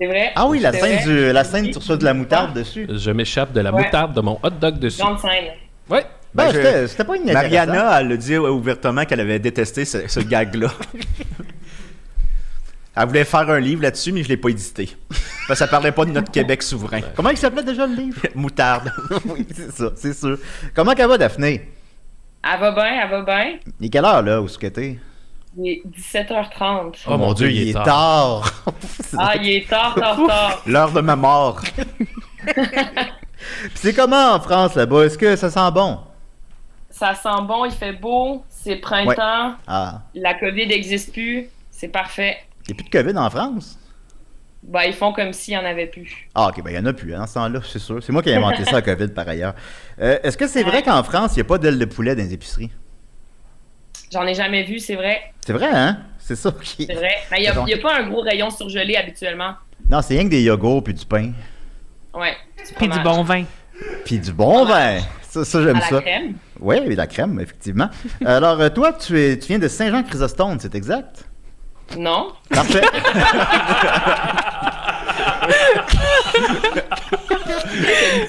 C'est vrai? Ah oui, la C'est scène, vrai? du, la scène sur ça de la moutarde Euh, dessus. Je m'échappe de la Ouais. moutarde de mon hot dog dessus. Grande scène. Ouais. Ben, Ben, je- c'était- c'était pas une Mariana, elle le dit ouvertement qu'elle avait détesté ce, ce gag-là. Elle voulait faire un livre là-dessus, mais je l'ai pas édité. Parce que ça parlait pas de notre Québec souverain. Comment il s'appelait déjà le livre? Moutarde. oui, c'est ça, c'est sûr. Comment qu'elle va, Daphné? Elle va bien, elle va bien. Il est quelle heure, là, où ce que t'es? Il est 17h30. Oh, mon Dieu, il est tard. C'est- Ah, il est tard, tard, tard. L'heure de ma mort. Puis c'est comment en France, là-bas? Est-ce que ça sent bon? Ça sent bon, il fait beau, c'est printemps, Ah, la COVID n'existe plus, c'est parfait. il n'y a plus de COVID en France? Ben, ils font comme s'il n'y en avait plus. Ah, ok, ben il n'y en a plus, hein, en ce temps-là, c'est sûr. C'est moi qui ai inventé ça, la COVID, par ailleurs. Euh, Est-ce que c'est vrai qu'en France, il n'y a pas d'aile de poulet dans les épiceries? J'en ai jamais vu, c'est vrai. C'est vrai, hein? C'est ça qui. C'est vrai. Mais il n'y a, il y a pas un gros rayon surgelé habituellement. Non, c'est rien que des yogourts puis du pain. Ouais. Puis du bon vin. Puis du bon vin! Ça, ça À j'aime la ça. crème. Oui, de la crème, effectivement. Alors, euh, toi, tu, es, tu viens de Saint-Jean-Chrysostome, c'est exact? Non. Parfait.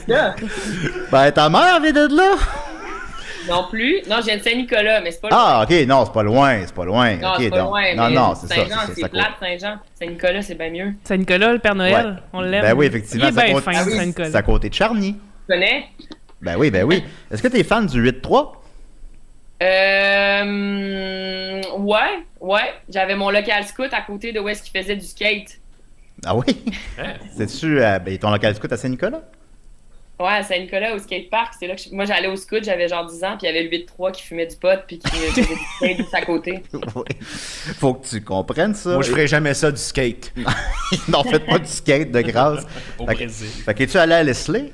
ben, ta mère vient de là? Non plus. Non, je viens de Saint-Nicolas, mais c'est pas Ah, ok, non, c'est pas loin, c'est pas loin. loin. Non, ok, c'est pas donc. loin. non, mais non, c'est ça. Saint-Jean, c'est- ça c'est compte. plate, Saint-Jean. Saint-Nicolas, c'est bien mieux. Saint-Nicolas, le Père Noël, Ouais. on l'aime. Ben oui, effectivement, Il est ça bien compte. fin, Ah oui, Saint-Nicolas. C'est à côté de Charny. Tu connais? Ben oui, ben oui. Est-ce que t'es fan du 8-3? Euh. Ouais, ouais. J'avais mon local scout à côté de où est-ce qu'il faisait du skate. Ah oui? C'est-tu euh, ben, ton local scout à Saint-Nicolas? Ouais, à Saint-Nicolas, au skatepark. C'est là que je- moi, j'allais au scout, j'avais genre 10 ans, puis il y avait le 8-3 qui fumait du pot, puis qui euh, faisait du skate juste à côté. oui. Faut que tu comprennes ça. Moi, je ferais jamais ça du skate. non, faites pas du skate de grâce. Au Fait que- Brésil. Fait que es-tu allé à Leslie?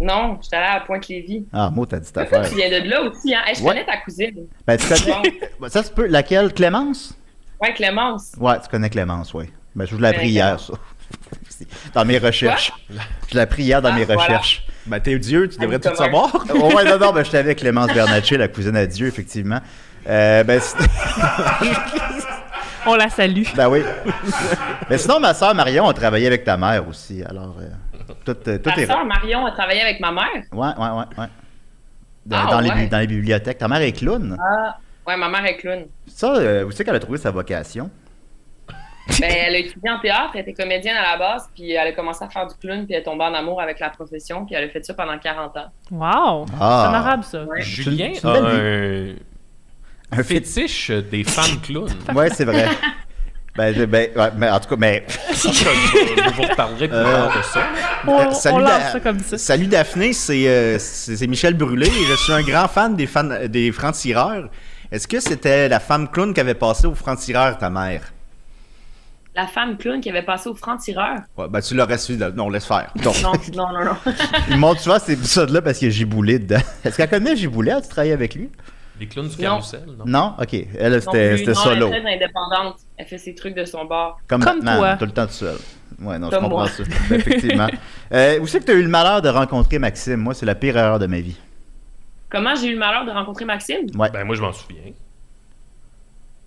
Non, j'étais allée à Pointe-Lévis. Ah, mot, t'as dit ta Toi, affaire. tu viens de là aussi, hein? Hey, je Ouais. connais ta cousine. Ben, tu connais. Ben, ça se peut. Laquelle? Clémence? Ouais, Clémence. Ouais, tu connais Clémence, oui. Ben, je vous l'ai appris hier, ça. Dans mes recherches. Je l'ai appris hier dans Ah, mes voilà. recherches. Ben, t'es Dieu, tu devrais tout savoir. Oh, ouais, non, non, ben, j'étais avec Clémence Bernatchez, la cousine à Dieu, effectivement. Euh, ben, c'est- On la salue. ben oui. Mais sinon, ma soeur Marion a travaillé avec ta mère aussi. Alors, euh, tout, euh, tout Ta est. sœur Marion a travaillé avec ma mère. Ouais, ouais, ouais. ouais. Dans, Ah, dans les, ouais. bu- dans les bibliothèques. Ta mère est clown. Ah. Ouais, ma mère est clown. Ça, euh, où c'est qu'elle a trouvé sa vocation? Ben, elle a étudié en théâtre, elle était comédienne à la base, puis elle a commencé à faire du clown, puis elle est tombée en amour avec la profession, puis elle a fait ça pendant 40 ans. Wow! Ah. C'est honorable, ça. Ouais. Julien C'est une- a c'est une un, Un fait fétiche des femmes clowns. Ouais, c'est vrai. ben, je- ben, ouais, mais en tout cas, mais. Ça, je, je vous reparlerai plus tard de ça. On, Ben, Euh, on salut, lance Da- ça comme ça. Salut Daphné, c'est euh, c'est c'est Michel Brûlé. et Je suis un grand fan des, fans, des francs-tireurs. Est-ce que c'était la femme clown qui avait passé aux francs-tireurs, ta mère? La femme clown qui avait passé au franc-tireur. Ouais, ben, tu l'aurais su. là. Non, laisse faire. Donc, Non, non, non, non. Il montre souvent ces épisodes-là parce qu'il y a Giboulé dedans. Est-ce qu'elle connaît Giboulé? As-tu travaillé avec lui? Les clowns du Non. carrousel, non? Non? Ok. Elle, Non c'était plus. c'était Non, solo. Elle est très indépendante. Elle fait ses trucs de son bord. Comme, Comme Batman, toi. tout le temps tout seul. Ouais, non, Comme je comprends moi. ça. Effectivement. euh, où c'est que tu as eu le malheur de rencontrer Maxime? Moi, c'est la pire erreur de ma vie. Comment j'ai eu le malheur de rencontrer Maxime? Ben moi je m'en souviens.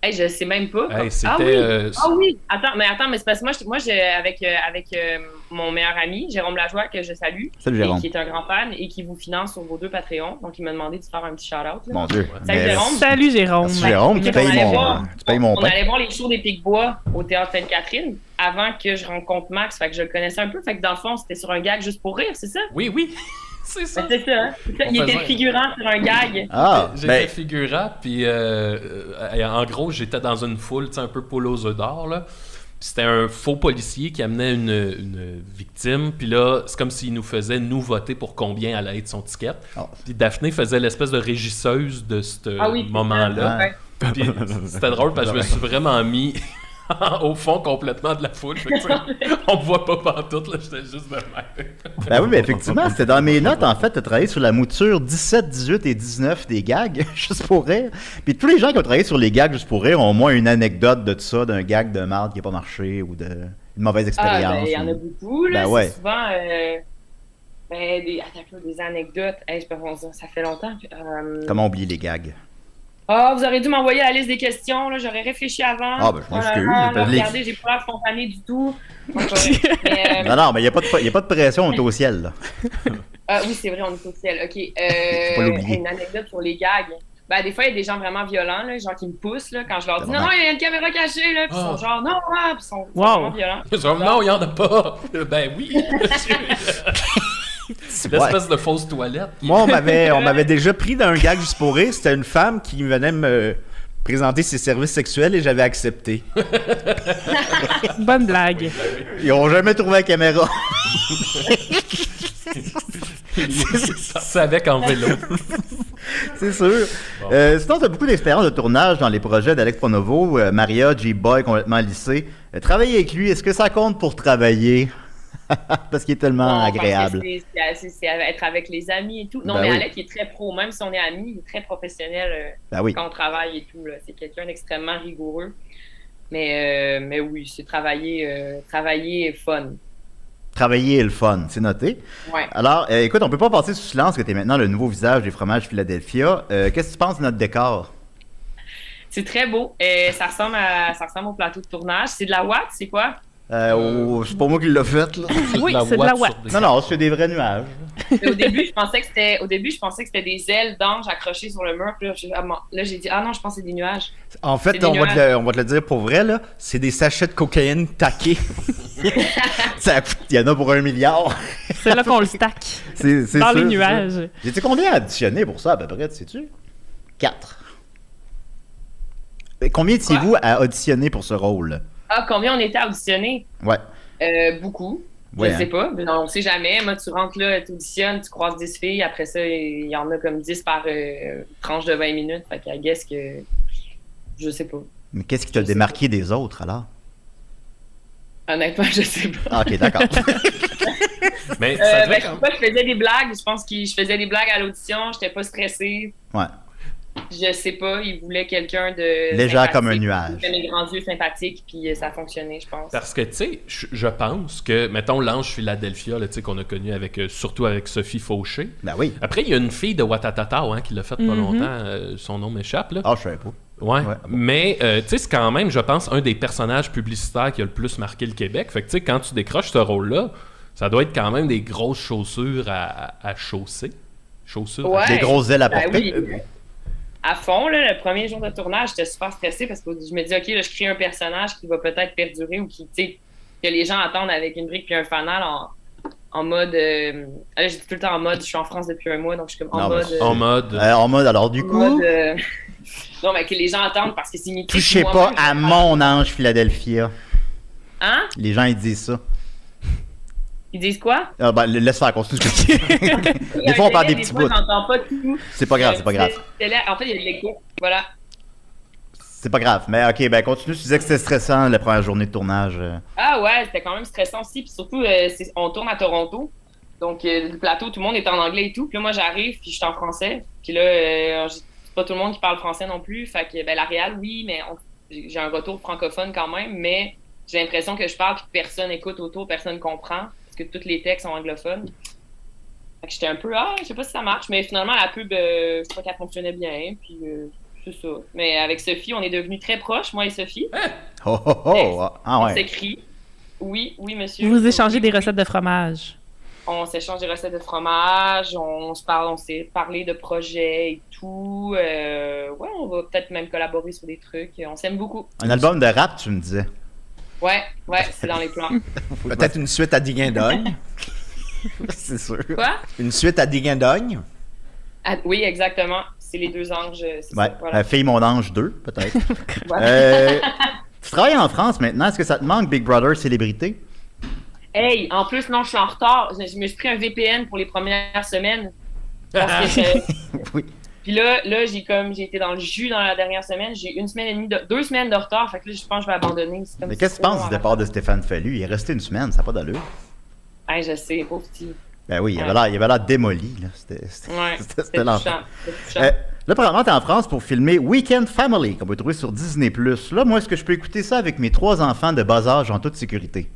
Hey, je sais même pas. Hey, ah c'était, oui! euh, Ah oui! Attends, mais attends, mais c'est parce que moi, je- moi j'ai- avec, euh, avec euh, mon meilleur ami, Jérôme Lajoie, que je salue, Salut, et Jérôme. qui est un grand fan et qui vous finance sur vos deux Patreons. Donc, il m'a demandé de faire un petit shout-out. là. Mon Dieu. Salut, Mais- Jérôme. Salut, Jérôme. Merci, Jérôme, tu Ok, payes on allait mon, voir. tu payes mon on pain. allait voir les shows des Pics-Bois au Théâtre Sainte-Catherine avant que je rencontre Max. Fait que je le connaissais un peu. Fait que dans le fond, c'était sur un gag juste pour rire, c'est ça? Oui, oui. C'est Ben, ça. C'est ça. hein? C'est ça. Il On était faisait- figurant sur un gag. Ah, J'étais ben, figurant, puis euh, euh, en gros, j'étais dans une foule, tu sais, un peu poule aux œufs d'or, là. Puis C'était un faux policier qui amenait une, une victime, puis là, c'est comme s'il nous faisait nous voter pour combien allait être son ticket. Ah. Puis Daphné faisait l'espèce de régisseuse de ce Ah oui, c'est moment-là. ça. Ouais. Puis c'était drôle parce que je me suis vraiment mis au fond complètement de la foule. Fait que, tu sais, on me voit pas partout, là, j'étais juste de même. ben oui, mais effectivement, c'était dans mes notes, en fait, de travailler sur la mouture 17, 18 et 19 des gags, juste pour rire. Puis tous les gens qui ont travaillé sur les gags juste pour rire ont au moins une anecdote de tout ça, d'un gag de marde qui n'a pas marché ou de une mauvaise Ah, expérience. ben, il y en a ou- beaucoup, là. Ben ouais. C'est souvent euh, ben, des, attends, là, des anecdotes. Hey, je peux pas dire, ça fait longtemps. puis, euh, Comment oublier les gags? Ah, vous auriez dû m'envoyer la liste des questions, là. J'aurais réfléchi avant. Ah, ben, je Oh là m'excuse, là, je là, l'ai- Regardez, j'ai pas l'air spontané du tout. Mais, euh, Non, non, mais il n'y a, pas de- il y a pas de pression, on est au ciel, là. Ah oui, c'est vrai, on est au ciel. OK. Faut pas Euh, l'oublier. une anecdote sur les gags. Ben, des fois, il y a des gens vraiment violents, là, genre qui me poussent là, quand je leur dis non, non, Tabarnak. il y a une caméra cachée, là, puis ils Ah. sont genre non, ah, puis ils sont, ils sont Wow. vraiment violents. Ah, Ils sont comme, non, il n'y en a pas. ben oui. L'espèce de fausse toilette. Moi, on m'avait, on m'avait déjà pris dans un gag juste pour rire. C'était une femme qui venait me présenter ses services sexuels et j'avais accepté. Bonne blague. Ils n'ont jamais trouvé la caméra. C'est avec en vélo. C'est sûr. Euh, sinon, tu as beaucoup d'expérience de tournage dans les projets d'Alex Pronovo, euh, Maria, G-Boy, complètement lycée. Euh, travailler avec lui, est-ce que ça compte pour travailler? Parce qu'il est tellement Non, parce que agréable. c'est- c'est- C'est c'est être avec les amis et tout. Non, Ben mais oui. Alec il est très pro, même si on est amis, il est très professionnel. euh, Ben oui. quand on travaille et tout. là. C'est quelqu'un d'extrêmement rigoureux. Mais, euh, mais oui, c'est travailler, euh, travailler est fun. Travailler est le fun, c'est noté. Ouais. Alors, euh, écoute, on peut pas passer sous silence que tu es maintenant le nouveau visage des fromages Philadelphia. Euh, Qu'est-ce que tu penses de notre décor? C'est très beau. Euh, ça, ressemble à- ça ressemble au plateau de tournage. C'est de la watt, c'est quoi? Euh, oh, c'est pas moi qui l'ai fait, là. Oui, c'est de la ouate ouate. sur des- Non, non, c'est des vrais nuages. Mais au début, je pensais que c'était au début, je pensais que c'était des ailes d'ange accrochées sur le mur. Puis là, j'ai- ah, mon- là, j'ai dit Ah non, je pense que c'est des nuages. En C'est fait, des on va, te nuages. le, on va te le dire pour vrai, là, c'est des sachets de cocaïne taqués. Ça coûte- Il y en a pour un milliard. C'est là qu'on le stack. C'est c'est Dans les sûr, c'est sûr. nuages. J'ai dit combien à additionner pour ça à peu près, tu sais-tu? Quatre. Euh, Combien étiez-vous à auditionner pour ce rôle? Ah, combien on était auditionnés? Ouais. Euh, beaucoup. Ouais, je hein. sais pas. Mais non, on sait jamais. Moi, tu rentres là, tu auditionnes, tu croises 10 filles. Après ça, il y en a comme 10 par euh, tranche de 20 minutes. Fait qu'à guess que. Je sais pas. Mais qu'est-ce qui t'a Je sais démarqué des autres alors? Honnêtement, je sais pas. Ah, ok, d'accord. Mais Euh, ça ben, devait je sais hein? quand pas, je faisais des blagues. Je pense que je faisais des blagues à l'audition. J'étais pas stressée. Ouais. Je sais pas. Ils voulaient quelqu'un de. Légère comme un sympathique. nuage. J'avais mes grands yeux sympathiques, puis euh, ça fonctionnait, je pense. Parce que, tu sais, je je pense que, mettons, l'ange Philadelphia, là, tu sais, qu'on a connu avec, euh, surtout avec Sophie Fauché. ben oui. Après, il y a une fille de Watatatao hein, qui l'a fait pas Mhm. longtemps. euh, son nom m'échappe, là. Ah, je savais pas. Ouais. Ouais. Mais, euh, tu sais, c'est quand même, je pense, un des personnages publicitaires qui a le plus marqué le Québec. Fait que, tu sais, quand tu décroches ce rôle-là, ça doit être quand même des grosses chaussures à, à chausser. Chaussures. à- Ouais. Des grosses ailes à porter. Ben oui. euh, À fond, là, le premier jour de tournage, j'étais super stressée parce que je me dis, OK, là, je crée un personnage qui va peut-être perdurer ou qui, tu sais, que les gens attendent avec une brique puis un fanal en, en mode. euh, là, j'ai dit tout le temps en mode, je suis en France depuis un mois, donc je suis comme Non, en mais mode. c'est- euh, En mode. Euh, en mode, alors du en coup, mode, euh, non, mais que les gens attendent parce que c'est mythique. touchez Moi-même, pas à mon ange Philadelphia. Hein? Les gens, ils disent ça. Ils disent quoi? Ah, ben, laisse faire, continue ce que tu Des fois, on perd des petits fois, bouts. j'entends pas tout. Euh, C'est pas grave, c'est pas grave. C'est là- En fait, il y a de l'écho. Voilà. C'est pas grave. Mais ok, ben continue. Tu disais que c'était stressant la première journée de tournage. euh. Ah ouais, c'était quand même stressant aussi. Puis surtout, euh, c'est- on tourne à Toronto. Donc, euh, le plateau, tout le monde est en anglais et tout. Puis là, moi, j'arrive, puis je suis en français. Puis là, euh, j'ai- c'est pas tout le monde qui parle français non plus. Fait que, ben, la réal, oui, mais on- j'ai j'ai un retour francophone quand même. Mais j'ai l'impression que je parle, puis que personne écoute autour, personne comprend. Parce que tous les textes sont anglophones. Fait que j'étais un peu, ah, je sais pas si ça marche. Mais finalement, la pub, euh, je crois qu'elle fonctionnait bien. Puis, euh, c'est ça. Mais avec Sophie, on est devenus très proches, moi et Sophie. Oh, oh, oh. Ah On ouais. s'écrit. Oui, oui, monsieur. Vous échangez des recettes de fromage. On s'échange des recettes de fromage, on se parle, on s'est parlé de projets et tout. Euh, ouais, on va peut-être même collaborer sur des trucs. On s'aime beaucoup. Un album de rap, ah, tu me disais. Ouais, ouais, c'est dans les plans. Peut-être une suite à Diguindogne. c'est sûr. Quoi? Une suite à Diguindogne. Ah, oui, exactement. C'est les deux anges. c'est Ouais. ça, voilà. Euh, Fille mon ange 2, peut-être. Voilà. Euh, tu travailles en France maintenant. Est-ce que ça te manque, Big Brother célébrité? Hey, en plus, non, je suis en retard. Je, je me suis pris un VPN pour les premières semaines. Parce que, euh, Oui. Puis là, là j'ai comme j'ai été dans le jus dans la dernière semaine. J'ai une semaine et demie, de, deux semaines de retard. Fait que là, je pense que je vais abandonner. C'est comme Mais si- qu'est-ce que tu penses Oh, du départ de Stéphane Fallu? Il est resté une semaine, ça n'a pas d'allure. ah, je sais, pauvre petit. Ben oui, il avait Ouais. l'air- il avait l'air démoli. là. C'était c'était- Ouais, c'était- c'était c'était l'enfer. touchant. C'était touchant. Euh, Là, probablement, t'es en France pour filmer Weekend Family, qu'on peut trouver sur Disney. Là, moi, est-ce que je peux écouter ça avec mes trois enfants de bas âge en toute sécurité?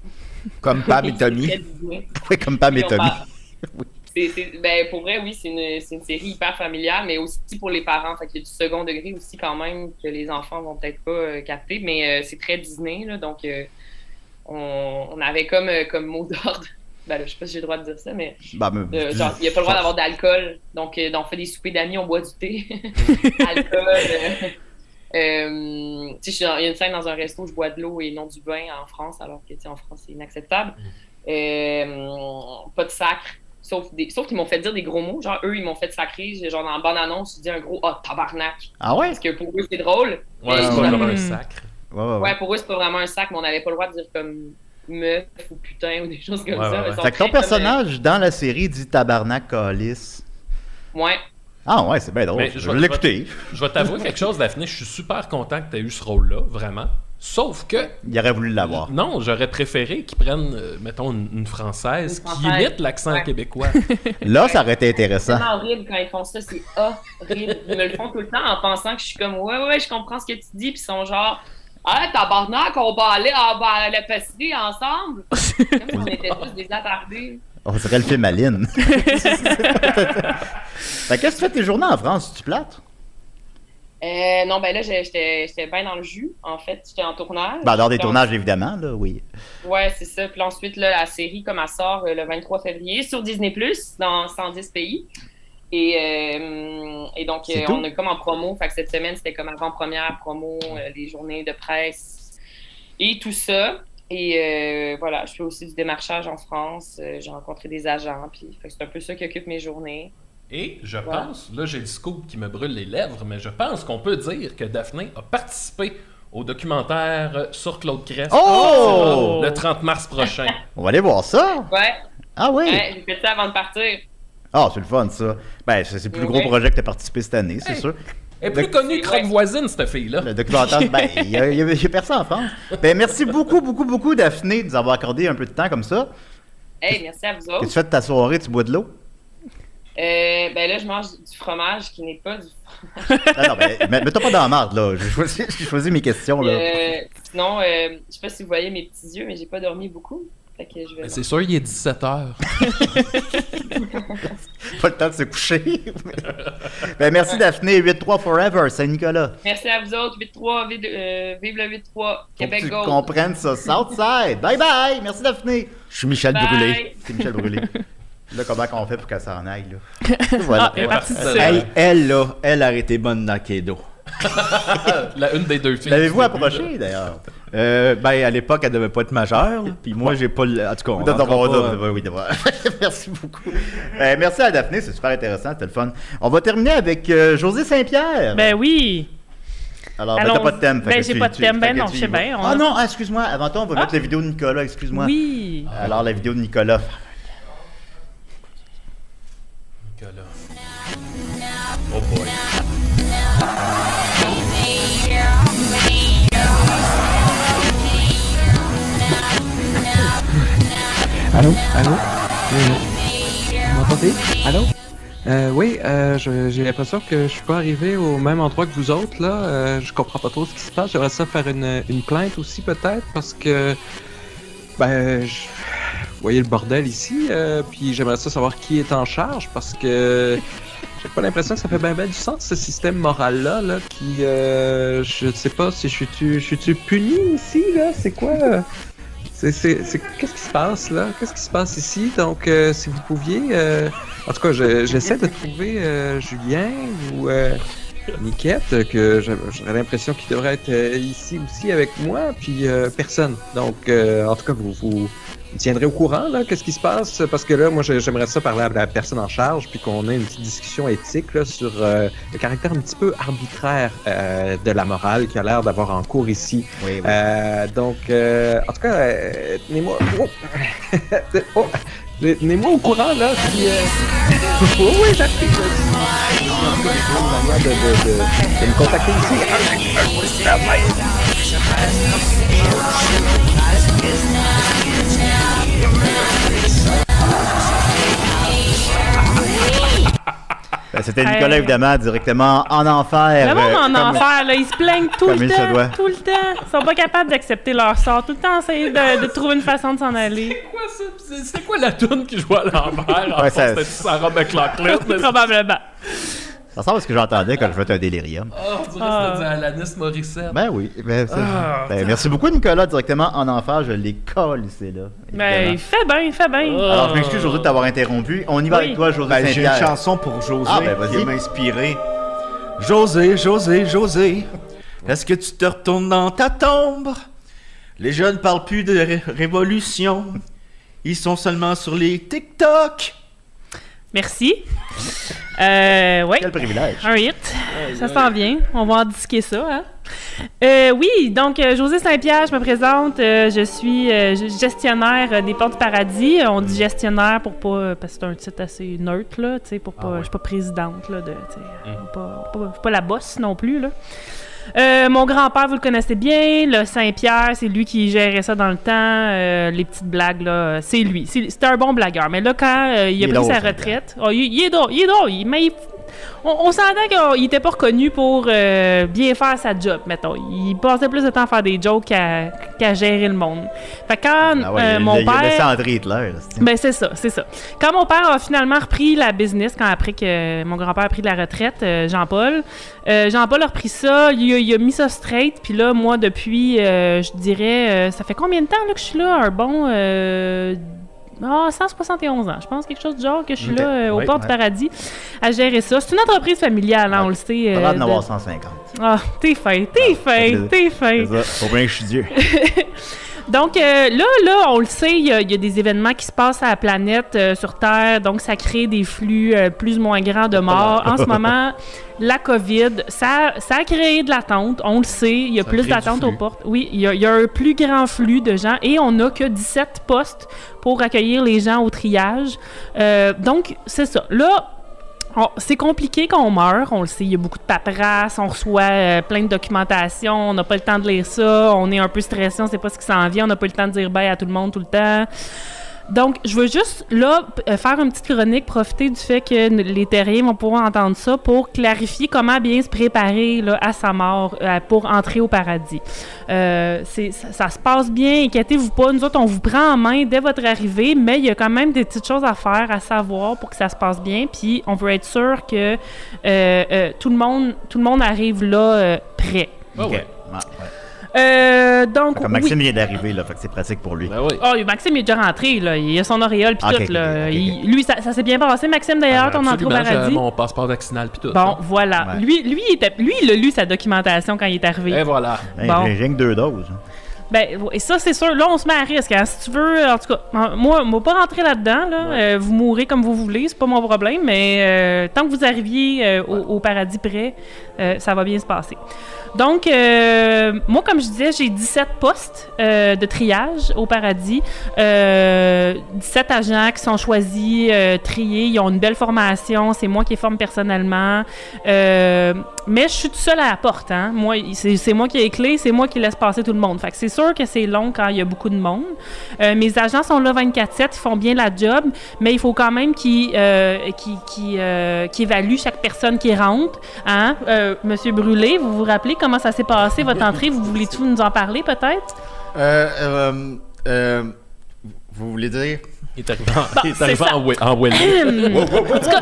Comme Pam et Tommy. Quel Disney. Oui, Ah, comme Pam Oui, et on Tommy. parle. C'est- c'est- ben, pour vrai, oui, c'est une, c'est une série hyper familiale, mais aussi pour les parents. Fait qu'il y a du second degré aussi quand même que les enfants vont peut-être pas euh, capter, mais euh, c'est très Disney, là, donc euh, on, on avait comme, euh, comme mot d'ordre ben là, je sais pas si j'ai le droit de dire ça, mais Bah, me- euh, genre, il n'y a pas le droit d'avoir d'alcool. Donc, euh, on fait des soupers d'amis, on boit du thé. alcool. euh, euh, tu sais, je suis dans- il y a une scène dans un resto où je bois de l'eau et non du vin en France, alors que tu sais, en France, c'est inacceptable. Mm. Euh, pas de sacre. Sauf, des, sauf qu'ils m'ont fait dire des gros mots. Genre, eux, ils m'ont fait sacrer. J'ai- Genre, dans la bande-annonce, je dis un gros « Ah, tabarnak! Ah » ouais? Parce que pour eux, c'est drôle. Ouais, c'est Mais pas ils- comme un Hmm. sacre. Ouais, ouais, ouais. Ouais, pour eux, c'est pas vraiment un sac, mais on n'avait pas le droit de dire comme meuf ou putain ou des choses comme Ouais, ouais, ça. ouais. Ils sont Fait que ton très comme, personnage dans la série dit tabarnak calice. euh, ouais. Ah ouais, c'est bien drôle. Mais je, je vais- vais l'écouter. Je vais t'avouer quelque chose, Daphné. Je suis super content que tu aies eu ce rôle-là, vraiment. Sauf que, Il aurait voulu l'avoir. non, j'aurais préféré qu'ils prennent, euh, mettons, une, une française Une qui Française. imite l'accent Ouais. québécois. Là, ça aurait été C'est intéressant. tellement horrible quand ils font ça, c'est horrible. Ils me le font tout le temps en pensant que je suis comme ouais, ouais, je comprends ce que tu dis, puis ils sont genre. Ah, tabarnak, on va aller à à la pâtisserie ensemble! Comme si on était tous des attardés. On dirait le film Aline. fait que qu'est-ce que tu fais tes journées en France? Tu plates? Euh, non, ben là, j'ai- j'étais j'étais bien dans le jus, en fait. J'étais en tournage. Ben, dans des J'étais en- tournages, évidemment, là, oui. Ouais, c'est ça. Puis ensuite, là, la série, comme elle sort euh, le 23 février sur Disney, dans 110 pays. Et, euh, et donc, C'est euh, tout? on est comme en promo. Fait que cette semaine, c'était comme avant-première, promo, euh, les journées de presse et tout ça. Et euh, voilà, je fais aussi du démarchage en France. Euh, J'ai rencontré des agents. Puis fait que c'est un peu ça qui occupe mes journées. Et je Ouais. pense, là j'ai le scoop qui me brûle les lèvres, mais je pense qu'on peut dire que Daphné a participé au documentaire euh, sur Claude Crest Oh! le 30 mars prochain. On va aller voir ça. Ouais, Ah oui. ouais j'ai fait ça avant de partir. Ah, c'est le fun, ça. Ben, c'est c'est le plus Oui. gros projet que tu as participé cette année, c'est Hey. sûr. Elle est plus connue que Ouais. Rock Voisine, cette fille-là. Le documentaire, ben, il n'y a, il y a- il y a personne en France. Ben, merci beaucoup, beaucoup, beaucoup, Daphné, de nous avoir accordé un peu de temps comme Oh. ça. Hey, merci à vous Et autres. tu fais de ta soirée, tu bois de l'eau. Euh, ben là, je mange du fromage qui n'est pas du Non, non, ben, mets- mets-toi pas dans la marde, là. J'ai choisi, j'ai choisi mes questions, là. Euh, sinon, euh, je sais pas si vous voyez mes petits yeux, mais j'ai pas dormi beaucoup. Fait que je Mais vais. Ben, C'est sûr, il est 17h. Pas le temps de se coucher. ben, merci, Daphné. 8-3 Forever, Saint-Nicolas. Merci à vous autres. 8-3, vive, euh, vive le 8-3. Faut que Québec tu Go. comprennes ça. Southside. Bye bye. Merci Daphné. Je suis Michel Bye. Brûlé. C'est Michel Brûlé. Là, comment qu'on fait pour qu'elle s'en aille, là? voilà. Ah, elle est partie Ouais. euh, seule. Hey. Elle, elle, là, elle a été bonne dans Kedo. Euh, La, une des deux filles. L'avez-vous du approché, d'ailleurs? Euh, ben, à l'époque, elle devait pas être majeure. là. Puis moi, j'ai pas le. En tout cas, on Non, non, rentrera bon, pas- non, oui, d'abord. merci beaucoup. Euh, merci à Daphné, c'est super intéressant, c'était le fun. On va terminer avec euh, José Saint-Pierre. Ben oui. Alors, ben, allons- t'as pas de thème. fait ben, que j'ai tu- pas de tu- thème, ben fait que non, tu y je sais vas. bien, on Ah a- non, ah, excuse-moi, avant toi, on va Ah. mettre la vidéo de Nicolas, excuse-moi. Oui. Alors, la vidéo de Nicolas. Nicolas. Oh boy. Allô Allô Euh, Vous m'entendez Allô euh, oui, euh, je- j'ai l'impression que je suis pas arrivé au même endroit que vous autres là. Euh, je comprends pas trop ce qui se passe. J'aimerais ça faire une, une plainte aussi peut-être parce que ben je... vous voyez le bordel ici. euh, puis j'aimerais ça savoir qui est en charge parce que j'ai pas l'impression que ça fait bien ben du sens ce système moral là là. Qui euh, je sais pas si je suis tu je suis tu puni ici là. C'est quoi euh? C'est, c'est, c'est- Qu'est-ce qui se passe là? Qu'est-ce qui se passe ici? Donc, euh, si vous pouviez. euh, En tout cas, je- j'essaie de trouver euh, Julien ou euh, Niquette, que j'a- j'aurais l'impression qu'il devrait être euh, ici aussi avec moi, puis euh, personne. Donc, euh, en tout cas, vous, vous me tiendrez au courant là, qu'est-ce qui se passe? Parce que là, moi, j'ai- j'aimerais ça parler à la personne en charge, puis qu'on ait une petite discussion éthique là, sur euh, le caractère un petit peu arbitraire euh, de la morale qui a l'air d'avoir en cours ici. Oui, oui. Euh, donc, euh, en tout cas, euh, tenez-moi. Oh. Oh. Tenez-moi au courant, là. Si, euh... oh, oui, j'arrive. Je- je- en tout cas, je trouve une manière de, de, de, de me contacter ici. Euh, Ben, c'était Nicolas, Hey. évidemment, directement en Le enfer. euh, monde en comme- enfer, là, ils se plaignent tout Comme le il se doit. temps, tout le temps. Ils sont pas capables d'accepter leur sort. Tout le temps, essayer de, de trouver une façon de s'en aller. C'est quoi ça? C'est- C'est quoi la toune qui joue à l'envers? en Ouais, fond? ça- C'était-tu Sarah McLachlan? Probablement. Ça ressemble à ce que j'entendais quand je faisais un délirium. Oh, on dirait Ah. que c'était du Alanis Morissette. Ben oui. ben c'est- Ah, ben, merci beaucoup, Nicolas, directement en enfer. Je l'ai collé, là. Mais Ben, il évidemment. Oh. fait bien, il fait bien. Alors, je m'excuse, José, de t'avoir interrompu. On y va Oui. avec toi, José Ben, j'ai une Saint-Pierre. chanson pour José Ah, ben, vas-y. qui m'a inspiré. José, José, José, est-ce que tu te retournes dans ta tombe? Les jeunes parlent plus de ré- révolution. Ils sont seulement sur les TikTok. Merci. Euh, oui. Quel privilège. Un hit. Ça s'en vient. On va en disquer ça. hein. Euh, oui, donc euh, José Saint-Pierre, je me présente. Euh, je suis euh, g- gestionnaire euh, des Portes du Paradis. Euh, On dit gestionnaire pour pas. euh, Parce que c'est un titre assez neutre, là. Tu sais, pour pas. Ah ouais. Je suis pas présidente, là. De, tu sais, pas- pas- je suis pas la bosse non plus, là. Euh, mon grand-père, vous le connaissez bien, le Saint-Pierre, c'est lui qui gérait ça dans le temps. Euh, les petites blagues, là, euh, c'est lui. C'est- C'était un bon blagueur. Mais là, quand euh, il a Il est pris drôle, sa Saint-Pierre. retraite, oh, il, il est drôle, il est drôle, il- mais il- on, on s'entend qu'il n'était pas reconnu pour euh, bien faire sa job, mettons. Il passait plus de temps à faire des jokes qu'à qu'à gérer le monde. Fait que quand Ah ouais, euh, il- mon il, il a laissé père... entrer Hitler. là, c'est- Ben c'est ça, c'est ça. Quand mon père a finalement repris la business, quand après que mon grand-père a pris de la retraite, euh, Jean-Paul, euh, Jean-Paul a repris ça, il, a- il a mis ça straight, puis là, moi, depuis, euh, je dirais, euh, ça fait combien de temps là, que je suis là? Un bon... euh, ah, 171 ans, je pense, quelque chose du genre, que je suis Ok. là euh, au Oui, port du ouais. paradis à gérer ça. C'est une entreprise familiale, hein, on le sait. Pas euh, l'air d'en avoir de- 150. Ah, t'es fin, t'es fin, plaisir. t'es fin. C'est ça. Faut bien que je suis Dieu. Donc euh, là, là, on le sait, il y, a- il y a des événements qui se passent à la planète, euh, sur Terre, donc ça crée des flux euh, plus ou moins grands de morts. En ce moment, la COVID, ça, ça a créé de l'attente, on le sait, il y a Ça plus crée du d'attente aux flux. portes. Oui, il y, a, il y a un plus grand flux de gens et on n'a que 17 postes pour accueillir les gens au triage. Euh, donc, c'est ça. Là, on- Oh, c'est compliqué quand on meurt, on le sait, il y a beaucoup de paperasse, on reçoit euh, plein de documentation, on n'a pas le temps de lire ça, on est un peu stressé, on sait pas ce qui s'en vient, on n'a pas le temps de dire bye à tout le monde tout le temps. Donc, je veux juste, là, p- euh, faire une petite chronique, profiter du fait que n- les terriens vont pouvoir entendre ça pour clarifier comment bien se préparer là, à sa mort, euh, pour entrer au paradis. Euh, c'est- ça, ça se passe bien, inquiétez-vous pas. Nous autres, on vous prend en main dès votre arrivée, mais il y a quand même des petites choses à faire, à savoir pour que ça se passe bien. Puis on veut être sûr que euh, euh, tout, le monde, tout le monde arrive là euh, prêt. Ah Ok. ouais. Ouais, ouais. Euh, donc, Comme oui. Maxime vient d'arriver, là, fait que c'est pratique pour lui. Ben oui. Oh, Maxime est déjà rentré, là. Il a son auréole, puis Ah, Ok, tout, là. ok, ok, ok. Il- lui, ça, ça s'est bien passé, Maxime, d'ailleurs, ton entrée au Ah, Absolument, j'avais paradis. mon passeport vaccinal puis tout. Bon, voilà. Ouais. Lui, lui, il était, lui, il a lu sa documentation quand il est arrivé. Et voilà. Hey, Bon. J'ai j'ai rien que deux doses. hein. Ben, et ça, c'est sûr. Là, on se met à risque. hein. Si tu veux, en tout cas, en- moi, on va pas rentrer là-dedans. Là. Euh, vous mourrez comme vous voulez, c'est pas mon problème. Mais euh, tant que vous arriviez euh, au, au paradis près, euh, ça va bien se passer. Donc, euh, moi, comme je disais, j'ai 17 postes euh, de triage au paradis. Euh, 17 agents qui sont choisis, euh, triés. Ils ont une belle formation. C'est moi qui les forme personnellement. Euh, mais je suis toute seule à la porte. Hein. Moi, c'est c'est moi qui ai les clés, c'est moi qui laisse passer tout le monde. Fait que c'est sûr que c'est long quand il y a beaucoup de monde. Euh, mes agents sont là 24-7, ils font bien la job, mais il faut quand même qu'ils euh, qu'ils- qu'ils, euh, qu'ils évaluent chaque personne qui rentre. Hein? Euh, Monsieur Brûlé, vous vous rappelez comment ça s'est passé, votre entrée? Vous voulez-tu nous en parler peut-être? Euh, euh, euh, vous voulez dire? Il est arrivé en, il est c'est arrivé ça. en, Wel- en Welling. en tout cas,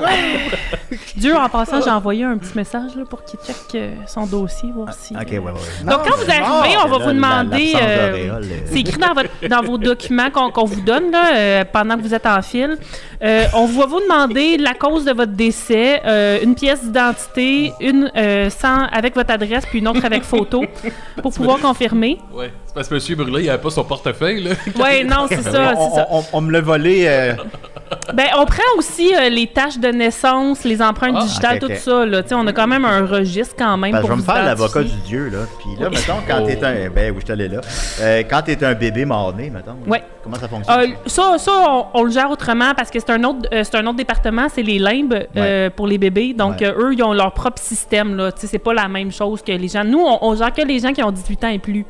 Dieu, en passant, j'ai envoyé un petit message là, pour qu'il check euh, son dossier, voir si... Ah, Ok, euh, ouais, ouais. ouais. Donc, quand vous arrivez, on va Là, vous la- demander. l'absence euh, d'auréole, euh, c'est écrit dans, votre, dans vos documents qu'on qu'on vous donne là, euh, pendant que vous êtes en file. Euh, on va vous demander la cause de votre décès, euh, une pièce d'identité, une euh, sans, avec votre adresse, puis une autre avec photo, pour pouvoir confirmer. Ouais. C'est parce que Monsieur Brûlé, il avait pas son portefeuille, là. Oui, non, c'est ça, on, Ah, c'est ça. on- on- on me l'a volé. euh, Ben, on prend aussi euh, les tâches de naissance, les empreintes Ah, digitales, ok, ok. tout ça. Là. Tu sais, On a quand même un registre quand même Parce que pour je vais me vous faire l'avocat identifier. du dieu, là. Puis là, mettons, quand t'es un. Ben oui, je t'allais là. Euh, quand t'es un bébé mort-né, mettons. Ouais. Comment ça fonctionne? Euh, ça, ça on, on le gère autrement parce que c'est un autre, euh, c'est un autre département, c'est les limbes euh, pour les bébés. Donc Ouais. euh, eux, ils ont leur propre système là. Tu sais, c'est pas la même chose que les gens. Nous, on, on gère que les gens qui ont 18 ans et plus.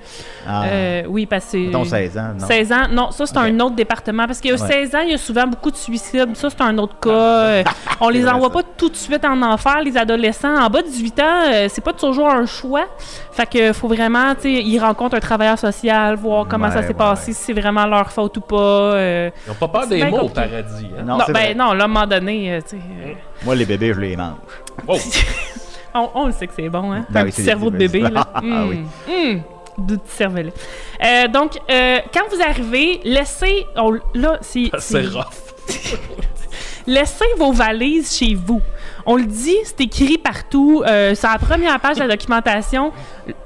Ah, Euh, oui, parce que mettons 16 ans, non? 16 ans, non, ça c'est Ok. un autre département parce que euh, Ouais. Ah, 16 ans, il y a souvent beaucoup de suicides possible. Ça, c'est un autre cas. Euh, on les envoie pas tout de suite en enfer, les adolescents. En bas de 18 ans, euh, c'est pas toujours un choix. Fait que faut vraiment, tu sais, ils rencontrent un travailleur social, voir comment Ouais, ça s'est ouais, passé, si c'est vraiment leur faute ou pas. euh. Ils n'ont pas peur C'est des bien mots au compliqué. paradis. hein. Non, Non, c'est vrai. ben Mm. non, là, à un moment donné, euh, tu sais, euh, Moi, les bébés, je les mange. Oh. on, on le sait que c'est bon, hein? Ben un oui, c'est petit cerveau de des- des- bébé, là. Ah Hum, oui. hum, deux petits cervelets. Euh, donc, euh, quand vous arrivez, laissez... on- là, si- si- C'est rough. Laissez vos valises chez vous. On le dit, c'est écrit partout. euh, sur la première page de la documentation,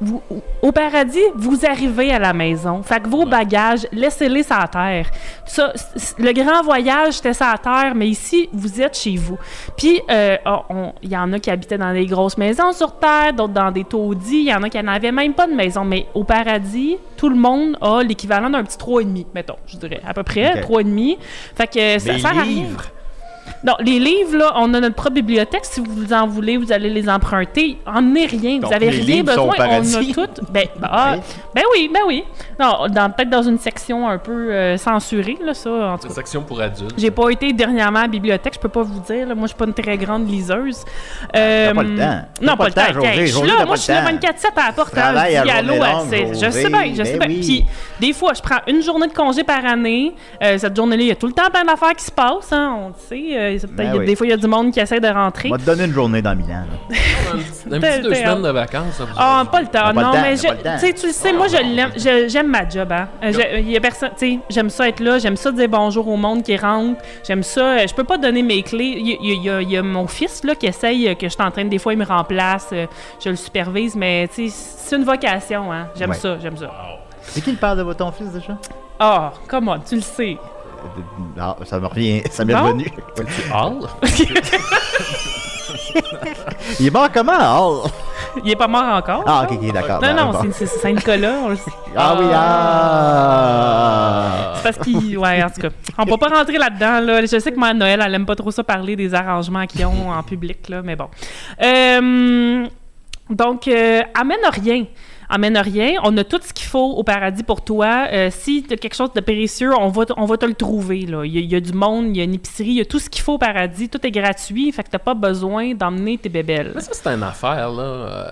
vous- au paradis, vous arrivez à la maison. Fait que vos bagages, laissez-les sur la terre. Ça, c- c- le grand voyage, c'était sur la terre, mais ici, vous êtes chez vous. Puis, euh, on- on- il y en a qui habitaient dans des grosses maisons sur terre, d'autres dans des taudis. Il y en a qui n'avaient même pas de maison. Mais au paradis, tout le monde a l'équivalent d'un petit 3,5, mettons, je dirais. À peu près, Ok. 3,5. Fait que ça Des sert à rien. livres? Non, les livres, là, on a notre propre bibliothèque. Si vous en voulez, vous allez les emprunter. Emmenez rien. Donc, vous avez les rien livres sont au besoin. On a paradis. tout. Ben, ben, ah, ben oui, ben oui. Non, dans- peut-être dans une section un peu euh, censurée, là, ça, en tout C'est cas. section pour adultes. J'ai pas été dernièrement à la bibliothèque, je peux pas vous dire. là. Moi, je suis pas une très grande liseuse. Euh, T'as pas le temps. T'as Non, pas, le temps. Josée. Hey, je suis Josée, là, t'as moi, pas je suis le là, temps. 24 7 à la porte. hein, Travailles je dis à allô, journée hein, longue, c'est- je Josée, sais bien, je sais ben bien. oui. Puis, des fois, je prends une journée de congé par année. Euh, cette journée-là, il y a tout le temps plein d'affaires qui se passent. hein, on le sait. Euh, c'est peut-être- Ben il y a- oui. Des fois, il y a du monde qui essaie de rentrer. On va te donner une journée dans Milan. là. Un petit un petit deux t'es- semaines de vacances. ça, vous Ah, aurez- pas le temps. On a pas le Non, temps, mais on a pas le temps. je- tu sais, tu le sais, moi, je l'aime. je- J'aime ma job, hein. Euh, je- Il y a personne. Tu sais, j'aime ça être là. J'aime ça dire bonjour au monde qui rentre. J'aime ça. euh, Je peux pas donner mes clés. Il y, il y a- il y a mon fils, là, qui essaye, euh, que je t'entraîne. Des fois, il me remplace. euh, Je le supervise, mais, tu sais, c'est une vocation, hein. J'aime Ouais. ça, j'aime ça. C'est qui le père de ton fils déjà Ah, comment tu le sais. Ah, ça me revient, ça m'est Non? revenu. Hall? Il est mort comment Hall? Il est pas mort encore. Ah, ok, ok, d'accord. Non, ben, non, bon. c'est- c'est c'est Saint-Nicolas, on le sait. Ah oui, ah. C'est parce qu'il. Ouais, en tout cas. On peut pas rentrer là-dedans, là. Je sais que moi, Noël, elle aime pas trop ça parler des arrangements qu'ils ont en public, là, mais bon. Euh, donc, euh, amène rien. Amène rien. On a tout ce qu'il faut au paradis pour toi. Euh, si tu quelque chose de précieux, on va, t- on va te le trouver. là. Il y, a- il y a du monde, il y a une épicerie, il y a tout ce qu'il faut au paradis. Tout est gratuit, fait que t'as pas besoin d'emmener tes bébelles. Mais ça, c'est une affaire, là. euh,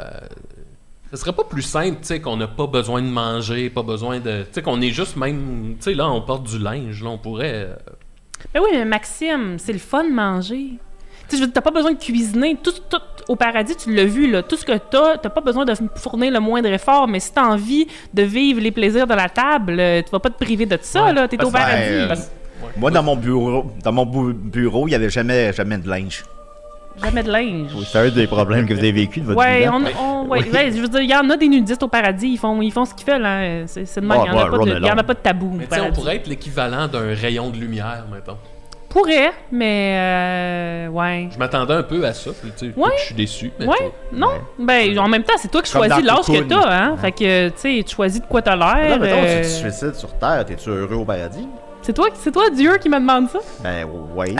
Ce serait pas plus simple, tu sais, qu'on n'a pas besoin de manger, pas besoin de. Tu sais, qu'on est juste même. Tu sais, là, on porte du linge, là, on pourrait. euh, Ben oui, mais Maxime, c'est le fun de manger. Tu sais, je veux dire, t'as pas besoin de cuisiner. Tout, tout au paradis, tu l'as vu, là. Tout ce que t'as, t'as pas besoin de fournir le moindre effort. Mais si t'as envie de vivre les plaisirs de la table, euh, tu vas pas te priver de ça, là. T'es au parce- paradis. ben, euh, Parce- Moi, dans mon bureau, dans mon bu- bureau, il n'y avait jamais, jamais de linge. Jamais de linge. Oui, C'est un des problèmes que vous avez vécu de votre Ouais, vivant. on, on- ouais, ouais, je veux dire, il y en a des nudistes au paradis, ils font, ils font ce qu'ils veulent. hein. C'est c'est de même, Ouais, il y en a Ah, ouais, pas de- Ron est il y en a long. pas de tabou. au Mais tu sais, on paradis. pourrait être l'équivalent d'un rayon de lumière, mettons. Pourrait, mais euh, ouais. Je m'attendais un peu à ça, puis tu sais, Ouais. pas que je suis déçu. Mais Ouais, non? Ben, en même temps, c'est toi qui Comme choisis dans l'âge que Cocoon. t'as, hein? Fait que, tu sais, tu choisis de quoi t'as Là, l'air. mettons, euh, si tu te suicides sur Terre, t'es-tu heureux au paradis? C'est toi, c'est toi, Dieu, qui me demande ça? Ben oui.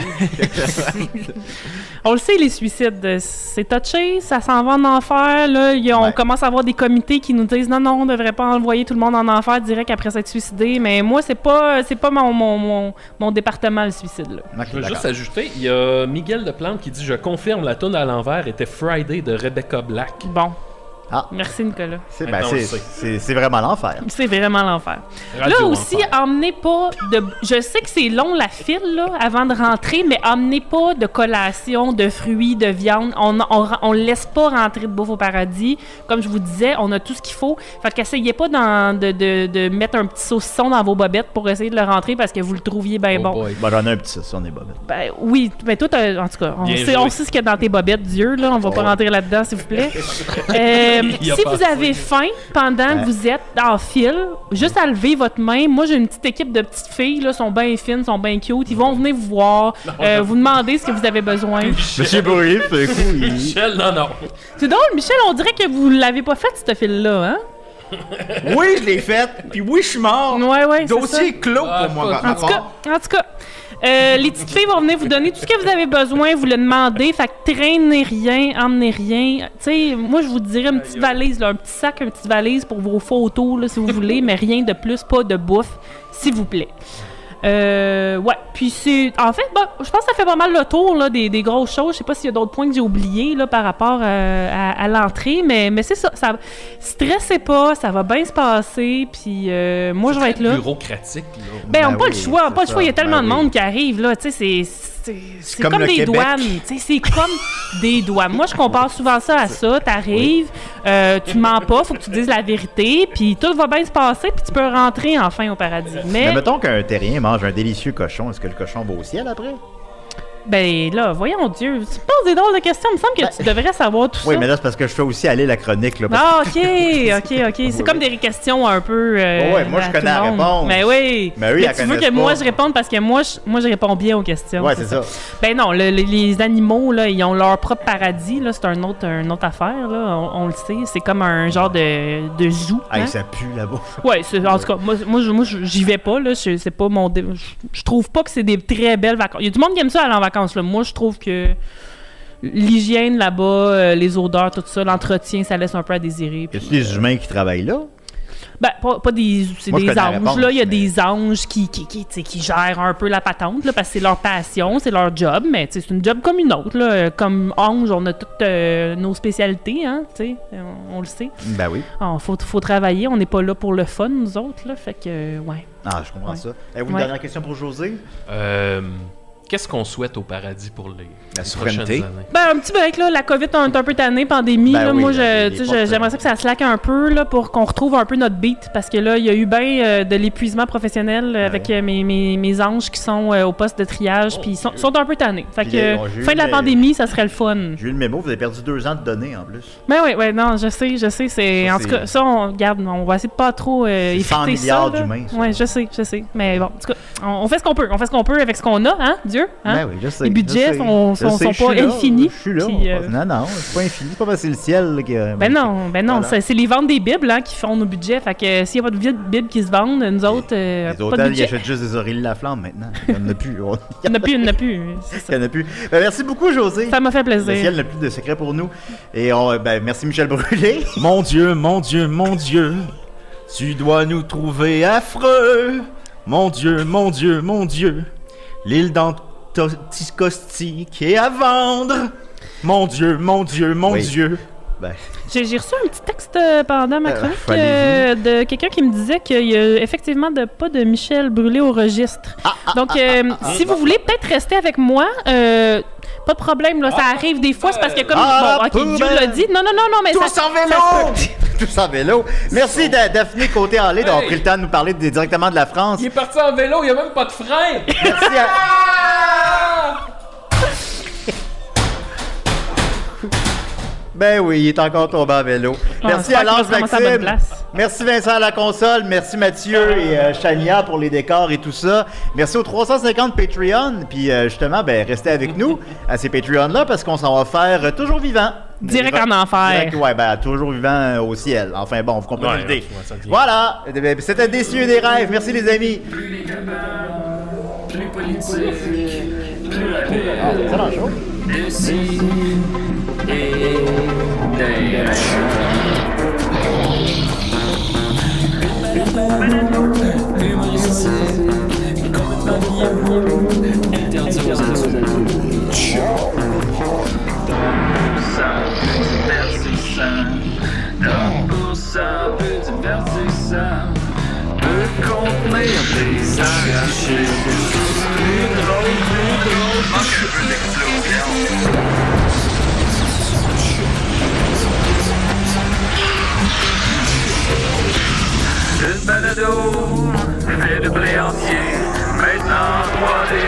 On le sait, les suicides, euh, c'est touché, ça s'en va en enfer. Là, y a- on Ouais. commence à avoir des comités qui nous disent non, non, on devrait pas envoyer tout le monde en enfer direct après s'être suicidé. Mais moi, c'est pas, c'est pas mon, mon, mon, mon département, le suicide. Là. Ok, Je veux d'accord. juste ajouter, il y a Miguel Plante qui dit Je confirme, la toune à l'envers était Friday de Rebecca Black. Bon. Ah. Merci, Nicolas. C'est ben, Maintenant, on c'est- le sait. c'est- c'est vraiment l'enfer. C'est vraiment l'enfer. Radio là aussi, Enfer. emmenez pas de. Je sais que c'est long la file là, avant de rentrer, mais emmenez pas de collation, de fruits, de viande. On on, on laisse pas rentrer de bouffe au paradis. Comme je vous disais, on a tout ce qu'il faut. Fait qu'essayez pas d'en- de, de, de mettre un petit saucisson dans vos bobettes pour essayer de le rentrer parce que vous le trouviez bien Oh bon. boy. Bon, j'en ai un petit, ça, on est bobette. Ben, oui, mais toi, t'as- en tout cas, on Bien sait, joué. on sait ce qu'il y a dans tes bobettes, Dieu, là. On va pas rentrer là-dedans, s'il vous plaît. Euh, Il y a si pas vous assez. avez faim pendant que vous êtes en file, juste à lever votre main. Moi, j'ai une petite équipe de petites filles, là, sont bien fines, sont bien cute. Ils vont venir vous voir, euh, vous demander ce que vous avez besoin. Monsieur Bourrif, oui. Michel, non, non. C'est drôle, Michel, on dirait que vous l'avez pas fait, cette file-là, hein? Oui, je l'ai faite, puis oui, je suis mort. Ouais, ouais, c'est ça. Dossier clos Ah, pour moi, pas- maintenant. En tout cas, en tout cas, euh, les petites filles vont venir vous donner tout ce que vous avez besoin, vous le demandez. Fait que traînez rien, emmenez rien. Tu sais, moi, je vous dirais une petite valise, là, un petit sac, une petite valise pour vos photos, là, si vous voulez, mais rien de plus, pas de bouffe, s'il vous plaît. Euh, ouais, Puis c'est. En fait, bon, je pense que ça fait pas mal le tour là, des, des grosses choses. Je sais pas s'il y a d'autres points que j'ai oubliés là, par rapport euh, à, à l'entrée, mais, mais c'est ça, ça. Stressez pas, ça va bien se passer. Puis euh, moi, je vais être là. Bureaucratique, là. Ben, on n'a pas le choix, on n'a pas le c'est choix. Il y a ça. tellement Ben de monde oui. qui arrive, là. Tu sais, c'est- c'est. C'est comme comme, le des Québec. douanes. Tu sais, c'est comme des douanes. Moi, je compare souvent ça à ça. T'arrives, euh, tu mens pas, faut que tu dises la vérité, puis tout va bien se passer, puis tu peux rentrer enfin au paradis. Mais Mais, mettons qu'un terrien mange un délicieux cochon, est-ce que le cochon va au ciel après? ben là, voyons Dieu, tu poses des drôles de questions. Il me semble que tu devrais savoir tout Oui, ça. mais là, c'est parce que je fais aussi aller la chronique. Là, parce Ah, ok, ok, ok. C'est comme des questions un peu. euh, Ouais, ouais, moi, je à connais tout le la monde. réponse. Mais oui. Mais eux, ils la tu veux que connaissent moi, pas. je réponde parce que moi, je, moi, je réponds bien aux questions. Ouais, c'est ça. Ben non, le- le- les animaux, là, ils ont leur propre paradis. là. C'est un autre, une autre affaire, là. On, on le sait. C'est comme un genre de, de joug. que- Hey, hein. ça pue là-bas. Ouais, c'est- en tout cas, moi, moi, je- moi, je- j'y vais pas, là. Je, c'est pas mon dé- je, je trouve pas que c'est des très belles vacances. Il y a du monde qui aime ça aller en vacances, là. Moi, je trouve que l'hygiène là-bas, euh, les odeurs, tout ça, l'entretien, ça laisse un peu à désirer. Y a-tu des humains qui travaillent là? Ben, pas, pas des, c'est Moi, je des connais la anges, réponse, là. Il y a mais- des anges qui, qui, qui, tu sais, qui gèrent un peu la patente, là, parce que c'est leur passion, c'est leur job, mais tu sais, c'est une job comme une autre, là. Euh, Comme ange, on a toutes euh, nos spécialités, hein, tu sais, on, on le sait. Ben oui. Ah, faut, faut travailler, on n'est pas là pour le fun, nous autres, là, fait que, euh, ouais. Ah, je comprends Ouais. ça. Avez-vous Ouais. une dernière question pour José? Euh, Qu'est-ce qu'on souhaite au paradis pour les, La les souveraineté. prochaines années? Ben, un petit break, là. La COVID, on est un peu tanné, pandémie. Ben là, oui, moi, là, je- les- tu sais, les je- j'aimerais ça que ça slack un peu, là, pour qu'on retrouve un peu notre beat. Parce que là, il y a eu bien euh, de l'épuisement professionnel Ben euh, avec euh, mes, mes, mes anges qui sont euh, au poste de triage, Oh, puis ils sont, sont un peu tannés. Fait Puis que, les- euh, bon, j'ai eu fin de la les- pandémie, ça serait le fun. J'ai eu le mémo, vous avez perdu deux ans de données en plus. Ben oui, ouais, non, je sais, je sais. C'est, Ça, en tout c'est- cas, ça, on garde, on va essayer de pas trop euh, C'est 100 effriter milliards ça. là. d'humains, ça. Ouais, je sais, je sais. Mais bon, en tout cas, on, on fait ce qu'on peut. On fait ce qu'on peut avec ce qu'on a, hein, Dieu. Hein? Ben oui, je sais. Les je budgets sais. sont, Je sont, sais, sont je pas suis là, infinis. Je suis là. puis, euh, Non, non, c'est pas infini. C'est pas parce que c'est le ciel là, que. euh, Ben non, ben non, Voilà. c'est- c'est les ventes des bibles hein, qui font nos budgets. Fait que euh, s'il n'y a pas de vi- bibles qui se vendent, nous autres, euh, Les pas de hôtels, ils budget. achètent juste des Aurélie Laflamme maintenant. Il n'y en a plus. On- Il n'y en a plus, il n'y en a plus. C'est ça. Il y en a plus. Ben, merci beaucoup, José. Ça m'a fait plaisir. Le ciel n'a plus de secret pour nous. Et on- ben, merci, Michel Brûlé. Mon Dieu, mon Dieu, mon Dieu, tu dois nous trouver affreux. Mon Dieu, mon Dieu, mon Dieu, l'île d'Anticosti est à vendre. Mon Dieu, mon Dieu, mon Oui. Dieu. Ben, J'ai j'ai reçu un petit texte euh, pendant ma Euh, chronique allez-y. euh, de quelqu'un qui me disait qu'il y a effectivement de, pas de Michel brûlé au registre. Ah, Donc, euh, si vous voulez peut-être rester avec moi, euh, pas de problème, là, ça Ah, arrive des fois. C'est parce que comme... Ah, bon, ok, Dieu poubelle. l'a dit. Non, non, non, non, mais Tous ça... en vélo! ça peut- tout ça en vélo. Merci, Da- Daphné côté enlé d'avoir Hey. pris le temps de nous parler de- directement de la France. Il est parti en vélo, il n'y a même pas de frein! Merci à- Ben oui, il est encore tombé en vélo. Merci j'espère à qu'il va l'ange se remettre à bonne Maxime. place. Merci Vincent à la console. Merci Mathieu et euh, Chania pour les décors et tout ça. Merci aux 350 Patreon. Puis euh, justement, ben restez avec nous à ces Patreons-là parce qu'on s'en va faire euh, toujours vivant. Direct Des- en enfer. Direct, ouais, ben toujours vivant euh, au ciel. Enfin bon, vous comprenez Ouais, l'idée. ouais, ça vient. Voilà, Eh ben, c'était des cieux et des rêves. Merci les amis. Plus les gamins, plus politique, plus la ville. Excellent show. De ci et d'ailleurs. Humoristique, complètement interdit aux adultes. Ça, divertissant. Comme pour ça, peu divertissant. Peut contenir des arrachés. Plus drôle, plus drôle, manque un peu d'explosion. Une balado, fait de blé entier, maintenant 3D Ah